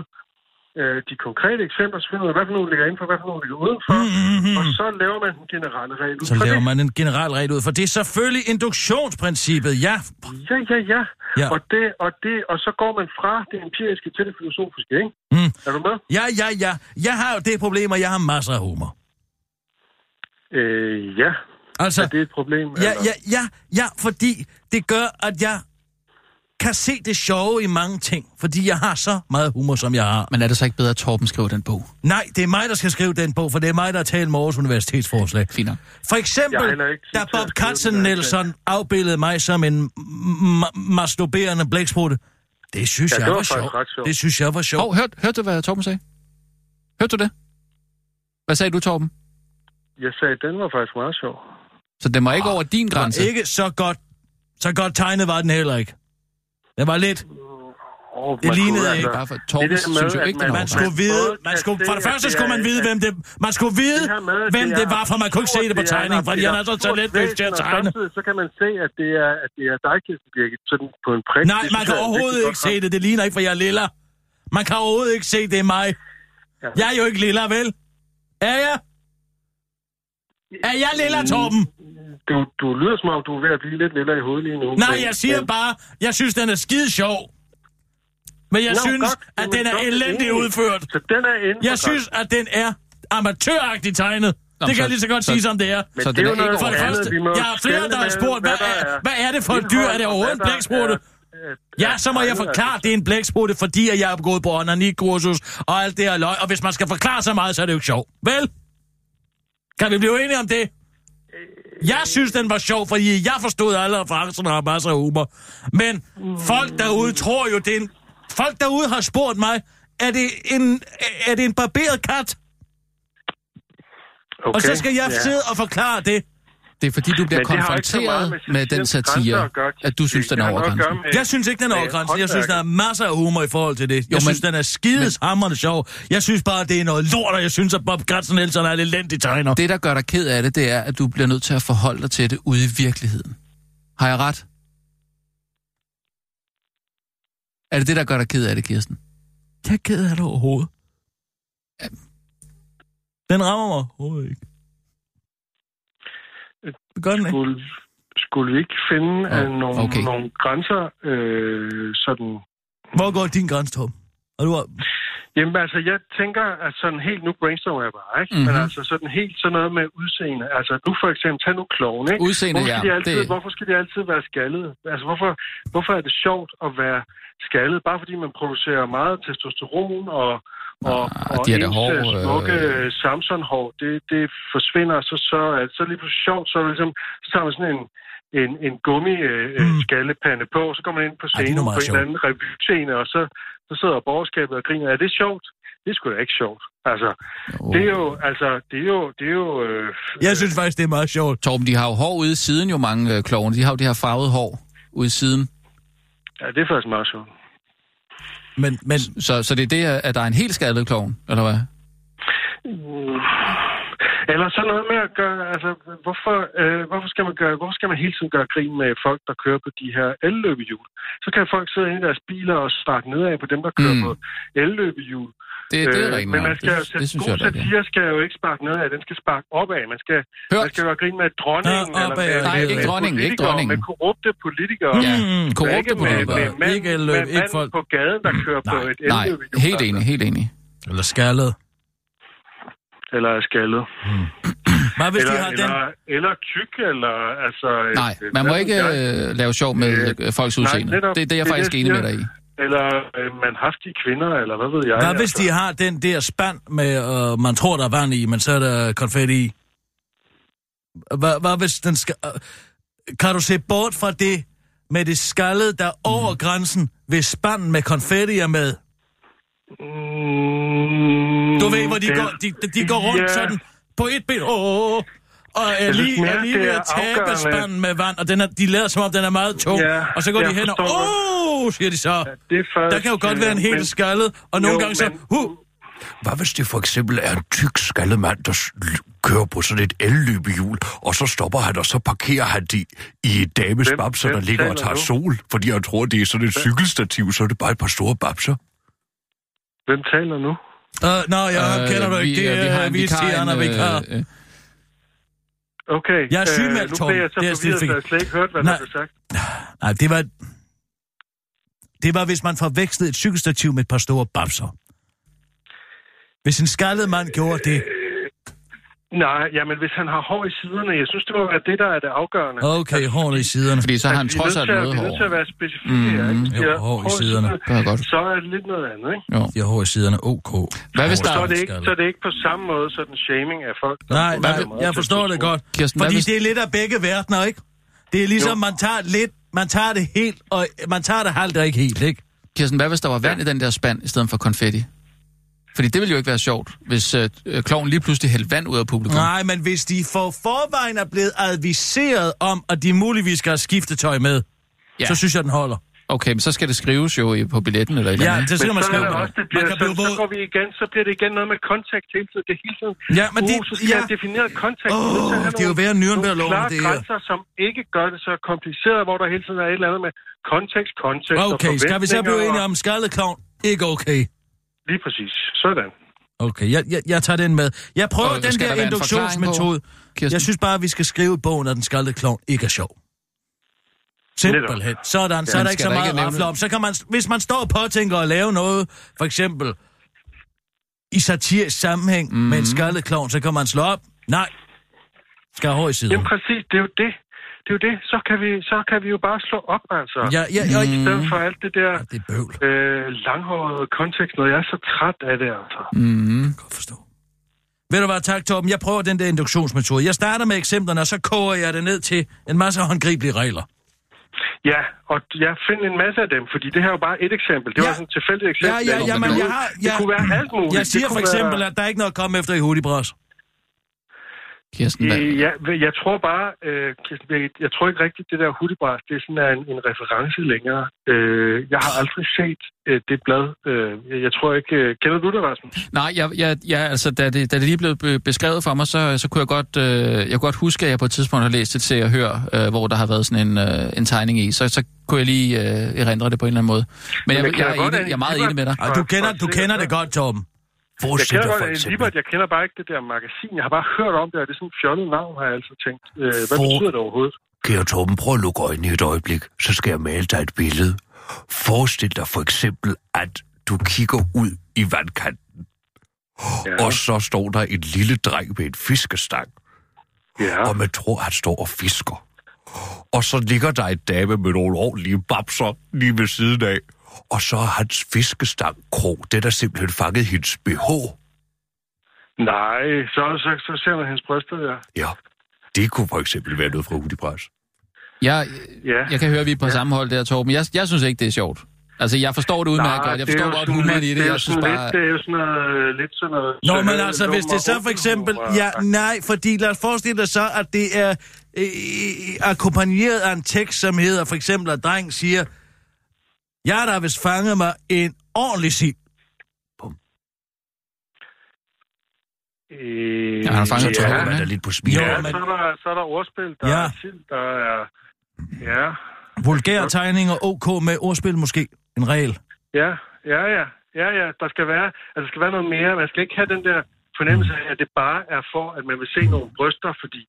H: øh, de konkrete eksempler, så finder man, hvad for nogle ligger indenfor, hvad for nogle ligger udenfor,
C: Mm-hmm.
H: og så laver man den generelle regel. ud
C: Mm, Så
H: fra
C: laver
H: det.
C: man en generel regel ud, for det er selvfølgelig induktionsprincippet, ja.
H: Ja, ja, ja.
C: Ja.
H: ja. Og, det, og, det, og så går man fra det empiriske til det filosofiske, ikke?
C: Mm.
H: Er du med?
C: Ja, ja, ja. Jeg har jo det problem, og jeg har masser af humor.
H: Øh, ja.
C: Altså,
H: Så. Er det et problem? Altså,
C: Ja,
H: eller?
C: ja, ja, ja, fordi det gør, at jeg kan se det sjove i mange ting, fordi jeg har så meget humor, som jeg har.
D: Men er det så ikke bedre, at Torben skriver den bog?
C: Nej, det er mig, der skal skrive den bog, for det er mig, der har talt med Aarhus Universitetsforslag.
D: Fint nok.
C: For
H: Jeg har
C: eksempel,
H: heller ikke tid
C: da
H: til at
C: Bob
H: skrive
C: Katzen
H: den,
C: Nelson afbildede mig som en ma- masturberende blæksprutte, det synes
H: Ja,
C: jeg
H: det
C: var
H: var faktisk
C: sjovt.
H: ret sjovt.
C: Det synes jeg var sjovt.
D: Hov, hørte, hørte du, hvad Torben sagde? Hørte du det? Hvad sagde du, Torben?
H: Jeg sagde, at den var faktisk meget sjov.
D: Så den var ikke over din
H: Altså.
D: grænse?
C: Ikke så godt, så godt tegnet var den heller ikke. Den var lidt...
H: Oh,
C: Det lignede ikke.
D: Bare for Torben
H: der
D: synes jo
H: at
D: ikke, den er
C: Man
D: over
C: skulle vide,
H: både
C: øh, man
H: kan
C: skulle,
H: se,
C: for det
H: at
C: første
H: det
C: skulle
H: er
C: man
H: et-
C: vide, hvem det, man skulle vide,
H: Det her med, at
C: hvem det
H: er
C: var, for man kunne ikke se det på
H: absurd, er
C: tegning,
H: en
C: fordi han er så
H: absurd
C: talentfuld til at
H: væsen, og
C: tegne.
H: Samtidig så kan man se, at det er, at det er dig, Kirsten Birgit, sådan på en prik.
C: Nej,
H: Det
C: man kan
H: synes jeg er
C: overhovedet
H: virkelig
C: ikke
H: godt
C: se det, det ligner ikke, for jeg er lilla. Man kan overhovedet ikke se, det er mig.
H: Ja.
C: Jeg er jo ikke lilla, vel? Er jeg? Er jeg
H: Mm,
C: lilla, Torben?
H: ramt. Du, du lyder som om, du er ved at blive lidt lilla i hovedet lige nu.
C: Nej,
H: men-
C: jeg siger
H: men-
C: bare, jeg synes, den er skide sjov. Men jeg
H: Nå,
C: synes,
H: godt,
C: at
H: men
C: den er
H: så
C: elendigt
H: enig.
C: udført.
H: Så den er inden
C: Jeg synes, at den er amatøragtigt tegnet. Det kan
D: så-
C: jeg lige så godt
D: så-
C: sige, som det er.
D: så den er ikke
C: For det
D: Ja,
C: første,
H: vi må
C: jeg har flere,
H: skelne
C: der har
H: mellem,
C: spurgt, hvad
H: der
C: er, hvad er det for et
H: indhold,
C: dyr? Er det
H: og
C: overhovedet en
H: hvad der
C: blæksprutte?
H: er- er-
C: Ja, så må jeg
H: er-
C: forklare, det er en blæksprutte, fordi at jeg er gået på onanikursus og alt det her løg. Og hvis man skal forklare så meget, så er det jo ikke sjovt. Vel? Kan vi blive enige om det? Jeg synes, den var sjov, fordi jeg forstod alle referencerne og har masser af humor. Men folk derude tror jo, det er en... Folk derude har spurgt mig, er det en, er det en barberet kat?
H: Okay.
C: Og så skal jeg sidde og forklare det.
D: Det er fordi, du bliver
H: Men det har ikke så meget
D: konfronteret med,
H: med
D: med den
H: satirisk grænser
D: satire,
H: at gøre,
D: at du synes,
H: Kirsten.
D: den er
H: Det har
D: over
H: noget at
D: grænsen.
H: gøre med-
C: Jeg synes ikke, den er
H: Øh, med
C: over grænsen. Jeg synes, der er
H: håndværket.
C: masser af humor i forhold til det. Jeg jo, synes,
D: men-
C: den er skideshammerende sjov. Jeg synes bare, det er noget lort, og jeg synes, at Bob Grænsen Nielsen er en elendig tegner.
D: Det, der gør dig ked af det, det er, at du bliver nødt til at forholde dig til det ude i virkeligheden. Har jeg ret? Er det det, der gør dig ked af det, Kirsten?
C: Jeg er ked af det overhovedet. Den rammer mig overhovedet ikke.
H: Øh,
C: Det gør den ikke.
H: Skulle, skulle vi ikke finde
D: Nå,
H: oh, øh, nogle,
D: okay.
H: okay. nogle grænser øh, sådan...
C: Hvor går din grænse, Tom? Er du...
H: Jamen altså, jeg tænker, at sådan helt... Nu brainstormer jeg bare, ikke? Mm-hmm. Men
D: Mhm.
H: altså sådan helt sådan noget med udseende. Altså nu for eksempel, tag nu kloven, ikke?
D: Udseende,
H: Hvorfor
D: ja.
H: skal, de altid,
D: Det,
H: det... hvorfor skal de altid være skaldede? Altså, hvorfor, hvorfor er det sjovt at være skaldet? Bare fordi man producerer meget testosteron og, og,
D: Ah,
H: og
D: de er da
H: ens,
D: hård,
H: øh, smukke
D: øh.
H: øh... Samson-hår, det, det forsvinder, og så, så, er det- så er det lige pludselig sjovt, så, er det ligesom, så tager man sådan en, en, en gummiskaldepande på, og så går man ind på
C: er nu
H: scenen
C: meget
H: på en eller anden revyscene, og så, så sidder borgerskabet og griner. Er det sjovt? Det er sgu da ikke sjovt. Altså, oh. det er jo, altså, det er jo, det er jo... Øh,
C: Jeg synes faktisk, det er meget sjovt.
D: Torben, de har jo hår ude i siden, jo mange øh, klovne. De har jo det her farvede hår ude i siden.
H: ja, det er faktisk meget sjovt.
C: Men, men
D: Så, så det er det, at der er en helt skaldet klovn, eller hvad?
H: Mm. Eller sådan noget med at gøre, altså, hvorfor, øh, hvorfor, skal man gøre, hvorfor skal man hele tiden gøre grin med folk, der kører på de her elløbehjul? Så kan folk sidde inde i deres biler og sparke nedad på dem, der kører
D: Mm.
H: mm. på elløbehjul. Øh,
D: Det, det er rigtigt.
H: men
D: nok.
H: man skal,
D: det, det synes
H: god
D: jeg, der er.
H: satire skal jo ikke sparke nedad, den skal sparke opad. Man skal, man
D: Hørt?
H: skal gøre grin med dronningen,
C: Ja,
H: eller
C: opad.
H: med,
C: Nej,
H: med,
D: ikke
H: med
D: dronningen, ikke
H: politikere,
D: dronningen.
H: med korrupte politikere.
D: Ja,
C: Mm,
D: korrupte
H: ikke
D: på
H: med,
C: politikere.
H: med, mand,
C: Ikke
H: ikke,
C: elløb-
H: med
C: ikke
H: mand
C: folk-
H: på gaden, der kører på
C: Nej,
H: et
D: Mm. Nej,
H: elløbehjul.
D: helt
H: altså.
D: enig, helt enig.
C: Eller skaldet.
H: Eller er skaldet.
C: Hvad hvis de
H: eller,
C: har den?
H: eller, eller tyk, eller altså...
D: Nej,
H: øh,
D: man må
H: hvad
D: ikke
H: ved jeg?
D: øh, lave sjov med øh, folks
H: nej,
D: udseende.
H: netop.
D: Det, det er
H: Det er
D: jeg faktisk
H: det,
D: enig med
H: jeg
D: dig i.
H: Eller øh, man haftige kvinder, eller hvad ved jeg. altså.
C: Hvad hvis de har den der spand med, øh, man tror, der er vand i, men så er der konfetti i? Hvad, hvad hvis den skal... Øh, kan du se bort fra det
H: Mm.
C: med det skallede, der er over grænsen, hvis spanden med konfetti er med?
H: Mm,
C: Du ved, hvor de,
H: det-
C: går, de, de- de går rundt
H: Ja.
C: sådan på et ben. Åh, og er
H: Jeg synes
C: lige,
H: mere,
C: er lige ved
H: det er
C: at tabe
H: afgørende.
C: spanden med vand, og den er, de lader som om, den er meget tung.
H: Ja,
C: og så går de
H: jeg
C: hen og,
H: forstår
C: åh, oh, siger de så.
H: det er først,
C: Der kan jo godt
H: øh,
C: være en
H: men-
C: helt skaldet, og nogle
H: Jo,
C: gange så,
H: men-
C: huh,
F: Hvad hvis det for eksempel er en tyk skaldet mand, der s- l- kører på sådan et elløbehjul, og så stopper han, og så parkerer han de i et dames
H: Hvem-
F: babser, der
H: hvem
F: ligger og
H: taler
F: tager
H: nu?
F: sol, fordi han tror, det er sådan et cykelstativ, så er det bare et par store babser.
H: Hvem taler nu?
C: uh, nå, jeg
D: Øh,
C: kender du ikke,
D: øh,
C: det er vi
D: vikar,
C: siger,
D: en,
C: vi har.
D: øh, øh,
H: Okay.
C: Jeg er sygemeldt,
H: øh, Nu
C: Torben.
H: bliver jeg så
C: Det er
H: forvirret,
C: Stig
H: så jeg slet ikke hørt, hvad
C: Nej.
H: der blev sagt.
C: Nej, det var... Det var, hvis man forvekslede et cykelstativ med et par store babser. Hvis en skaldet mand gjorde det...
H: Nej, jamen hvis han har hår i siderne, jeg synes, det må være det, der er det afgørende.
C: Okay, hårene i siderne.
D: Fordi så har han trods alt noget
H: Vi Altså, er nødt
D: hår.
H: til at være specifikke her,
D: Mm,
H: ikke?
C: jo,
H: Ja,
C: hår i siderne.
D: Det er godt.
H: Så er det lidt noget andet, ikke?
C: De har hår i siderne, ok.
D: Hvad
C: Hår i
D: hvis
H: Så er
D: der...
H: det ikke, så er det ikke på samme måde sådan shaming af folk. der
C: Nej,
H: bor
C: nej,
H: meget
C: jeg
H: tæt
C: forstår
H: på
C: det
H: skolen.
C: godt.
D: Kirsten, hvad
C: Fordi
D: hvis-
C: det er lidt af begge verdener, ikke? Det er ligesom,
H: Jo.
C: man tager lidt, man tager det helt, og man tager det halvt og ikke helt, ikke?
D: Kirsten, hvad hvis der var vand i den der spand, i stedet for konfetti? Fordi det ville jo ikke være sjovt, hvis øh, øh, kloven lige pludselig hældte vand ud af publikum.
C: Nej, men hvis de for forvejen er blevet adviseret om, at de muligvis skal have skiftetøj med,
D: Ja.
C: så synes jeg, den holder.
D: Okay, men så skal det skrives jo i- på billetten eller et eller
C: Ja,
D: andet.
C: det skal
H: Men
C: man
H: så, er
C: skrive.
H: der også, det bliver,
C: Man kan
H: så,
C: blive
H: så
C: våd.
H: går vi igen, så bliver det igen noget med kontekst hele tiden. Det er hele tiden.
C: Ja, men
H: uh,
C: det-
H: så skal
C: ja.
H: jeg have defineret kontekst.
C: Åh,
H: Vi er nødt til at have
C: det er jo
H: nogle-
C: værre end Nürnbergloven,
H: nogle klare
C: det her.
H: grænser, som ikke gør det så kompliceret, hvor der hele tiden er et eller andet med kontekst, kontekst og
C: Okay, skal vi så blive
H: forventninger
C: enige om skaldet clown? Ikke okay.
H: og- Lige præcis. Sådan.
C: Okay, jeg, jeg, jeg tager den med. Jeg prøver
D: Og
C: den
D: skal
C: der,
D: der være en
C: induktionsmetode.
D: forklaring Kirsten?
C: Jeg synes bare, at vi skal skrive i bogen, at den skaldet klovn ikke er sjov. Simpelthen. Sådan, så er
D: Men
C: der ikke
D: skal
C: så
D: der ikke
C: meget at
D: nævne-
C: rafle om. Så kan man, hvis man står og påtænker at lave noget, for eksempel i satirisk sammenhæng mm.
D: Mhm.
C: med en skaldet klovn, så kan man slå op. Nej, skal have hår i siden.
H: Jamen præcis, det er jo det. Det er jo det. Så kan vi, så kan vi jo bare slå op, altså.
C: Ja, ja, ja.
H: I
D: Mm.
H: stedet for alt det der
C: Det er bøvl,
H: øh, langhårede kontekst, når jeg er så træt af det, altså.
D: Mm.
C: godt forstå. Ved du hvad, tak Torben. Jeg prøver den der induktionsmetode. Jeg starter med eksemplerne, og så koger jeg det ned til en masse håndgribelige regler.
H: Ja, og jeg finder en masse af dem, fordi det her er jo bare et eksempel. Det
C: Ja.
H: var sådan et tilfældigt
C: Ja,
H: eksempel.
C: ja, ja, men
H: Det
C: jeg
H: kunne-
C: har...
H: Det
C: Jeg,
H: kunne være alt muligt.
C: jeg siger
H: Det
C: for
H: kunne
C: eksempel,
H: være-
C: at der er ikke noget at komme efter i Hudibras.
D: Kirsten, hvad?
H: Øh, ja, men jeg tror bare, øh, Kirsten Birgit, jeg tror ikke rigtigt, det der Hudibras, det er sådan er en, en reference længere. Øh, jeg har aldrig set øh, det blad. Øh, jeg tror ikke... Øh, kender du det, Rasmus?
D: Nej, jeg, jeg, jeg, altså, da, det, da det lige blev be- beskrevet for mig, så, så kunne jeg godt, øh, jeg kunne godt huske, at jeg på et tidspunkt har læst et Se og Hør, øh, hvor der har været sådan en, øh, en tegning i. Så, så kunne jeg lige øh, erindre det på en eller anden måde. Men jeg,
H: jeg
D: jeg,
H: kender
D: jeg, er,
H: godt
D: enig, jeg er meget
H: Annie
D: enig med dig.
C: Ej, du kender, du kender det godt, Torben.
H: Jeg
B: Fortsætter
H: kender godt
B: for
H: Anne
B: eksempel.
H: Libert, jeg kender bare ikke det der magasin. Jeg har bare hørt om det, og det er sådan et fjollet navn, har jeg altså tænkt. Øh, hvad
F: For-
H: betyder det overhovedet?
F: Kære Torben, prøv at lukke øjnene et øjeblik, så skal jeg male dig et billede. Forestil dig for eksempel, at du kigger ud i vandkanten,
H: Ja,
F: og så står der en lille dreng med en fiskestang,
H: ja.
F: og man tror, han står og fisker. Og så ligger der en dame med nogle ordentlige babser lige ved siden af, og så er hans fiskestang krog, den er simpelthen fanget i hendes BH.
H: Nej, så, så, så ser man hendes bryster der.
F: Ja, det kunne for eksempel være noget fra Hudibras.
D: Jeg,
H: Ja.
D: jeg kan høre, at vi er på samme hold der, Torben. Jeg, jeg synes ikke, det er sjovt. Altså, jeg forstår det udmærket godt. Jeg
H: det er
D: forstår
H: jo
D: godt
H: sådan
D: humoren
H: lidt-
D: i det.
H: er jo
D: Jeg synes
H: sådan
D: bare...
H: Lidt, det er jo sådan noget... Lidt sådan noget
C: Nå, men
H: søhøjt
C: altså, hvis det så for eksempel...
H: nummer,
C: Ja,
H: og-
C: nej, fordi lad os forestille dig så, at det er øh, akkompagneret af en tekst, som hedder for eksempel, at dreng siger, jeg der vist fanget mig en ordentlig sild.
H: Øh,
D: Ja, han har fanget
H: ja.
D: Torben,
F: Ja, man er lidt på smil.
C: Jo,
H: Ja,
F: Ja,
C: men-
H: så, er der, så er der ordspil, der
C: Ja.
H: ja. er sild, der er... Ja,
C: Vulgære tegninger, ok med ordspil måske. En regel.
H: ja, ja, ja, ja, ja. Der skal være, altså, der skal være noget mere. Man skal ikke have den der fornemmelse af, at det bare er for, at man vil se nogle bryster, fordi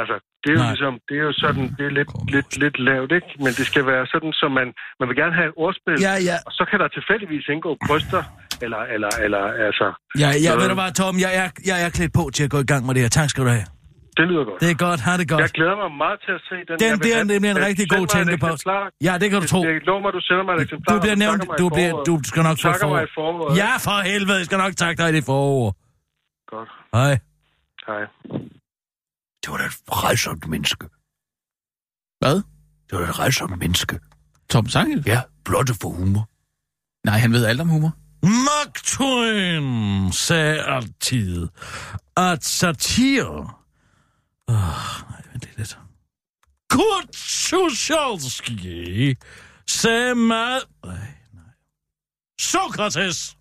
H: altså, det er jo
C: Nej.
H: Nej. ligesom, det er jo sådan, det er lidt, lidt, lidt lavt, ikke? Men det skal være sådan, som man, man vil gerne have et ordspil,
C: Ja, ja.
H: og så kan der tilfældigvis indgå bryster, eller, eller, eller, altså,
C: Ja, ja,
H: Øh.
C: ved du hvad, Torben, jeg er, jeg er klædt på til at gå i gang med det her. Tak skal du have.
H: det lyder godt.
C: Det er godt, har det godt.
H: Jeg glæder mig meget til at se den.
C: Den
H: Jeg vil
C: bliver
H: have-
C: nemlig en
H: Øh,
C: rigtig
H: send
C: god
H: mig et
C: tænkepost.
H: eksemplar.
C: Ja, det kan du tro.
H: Jeg lover mig, du sender mig et eksemplar.
C: Du bliver
H: og så
C: nævnt,
H: takker mig i
C: du, bliver,
H: foråret.
C: du skal nok få
H: Takker mig i foråret.
C: Ja, for helvede, jeg skal nok takke dig i det forår.
H: Godt.
C: Hej.
H: Hej.
F: Det var da et rejsomt menneske.
D: Hvad?
F: Det var da et rejsomt menneske.
D: Torben Sangel?
F: Ja, blotte for humor.
H: øh-
D: Nej, han ved alt om humor.
C: Magtøjen sagde altid, at satire... Åh, oh, nej, vent lige lidt. Kurt Tuschalski sagde meget... Nej, nej. Sokrates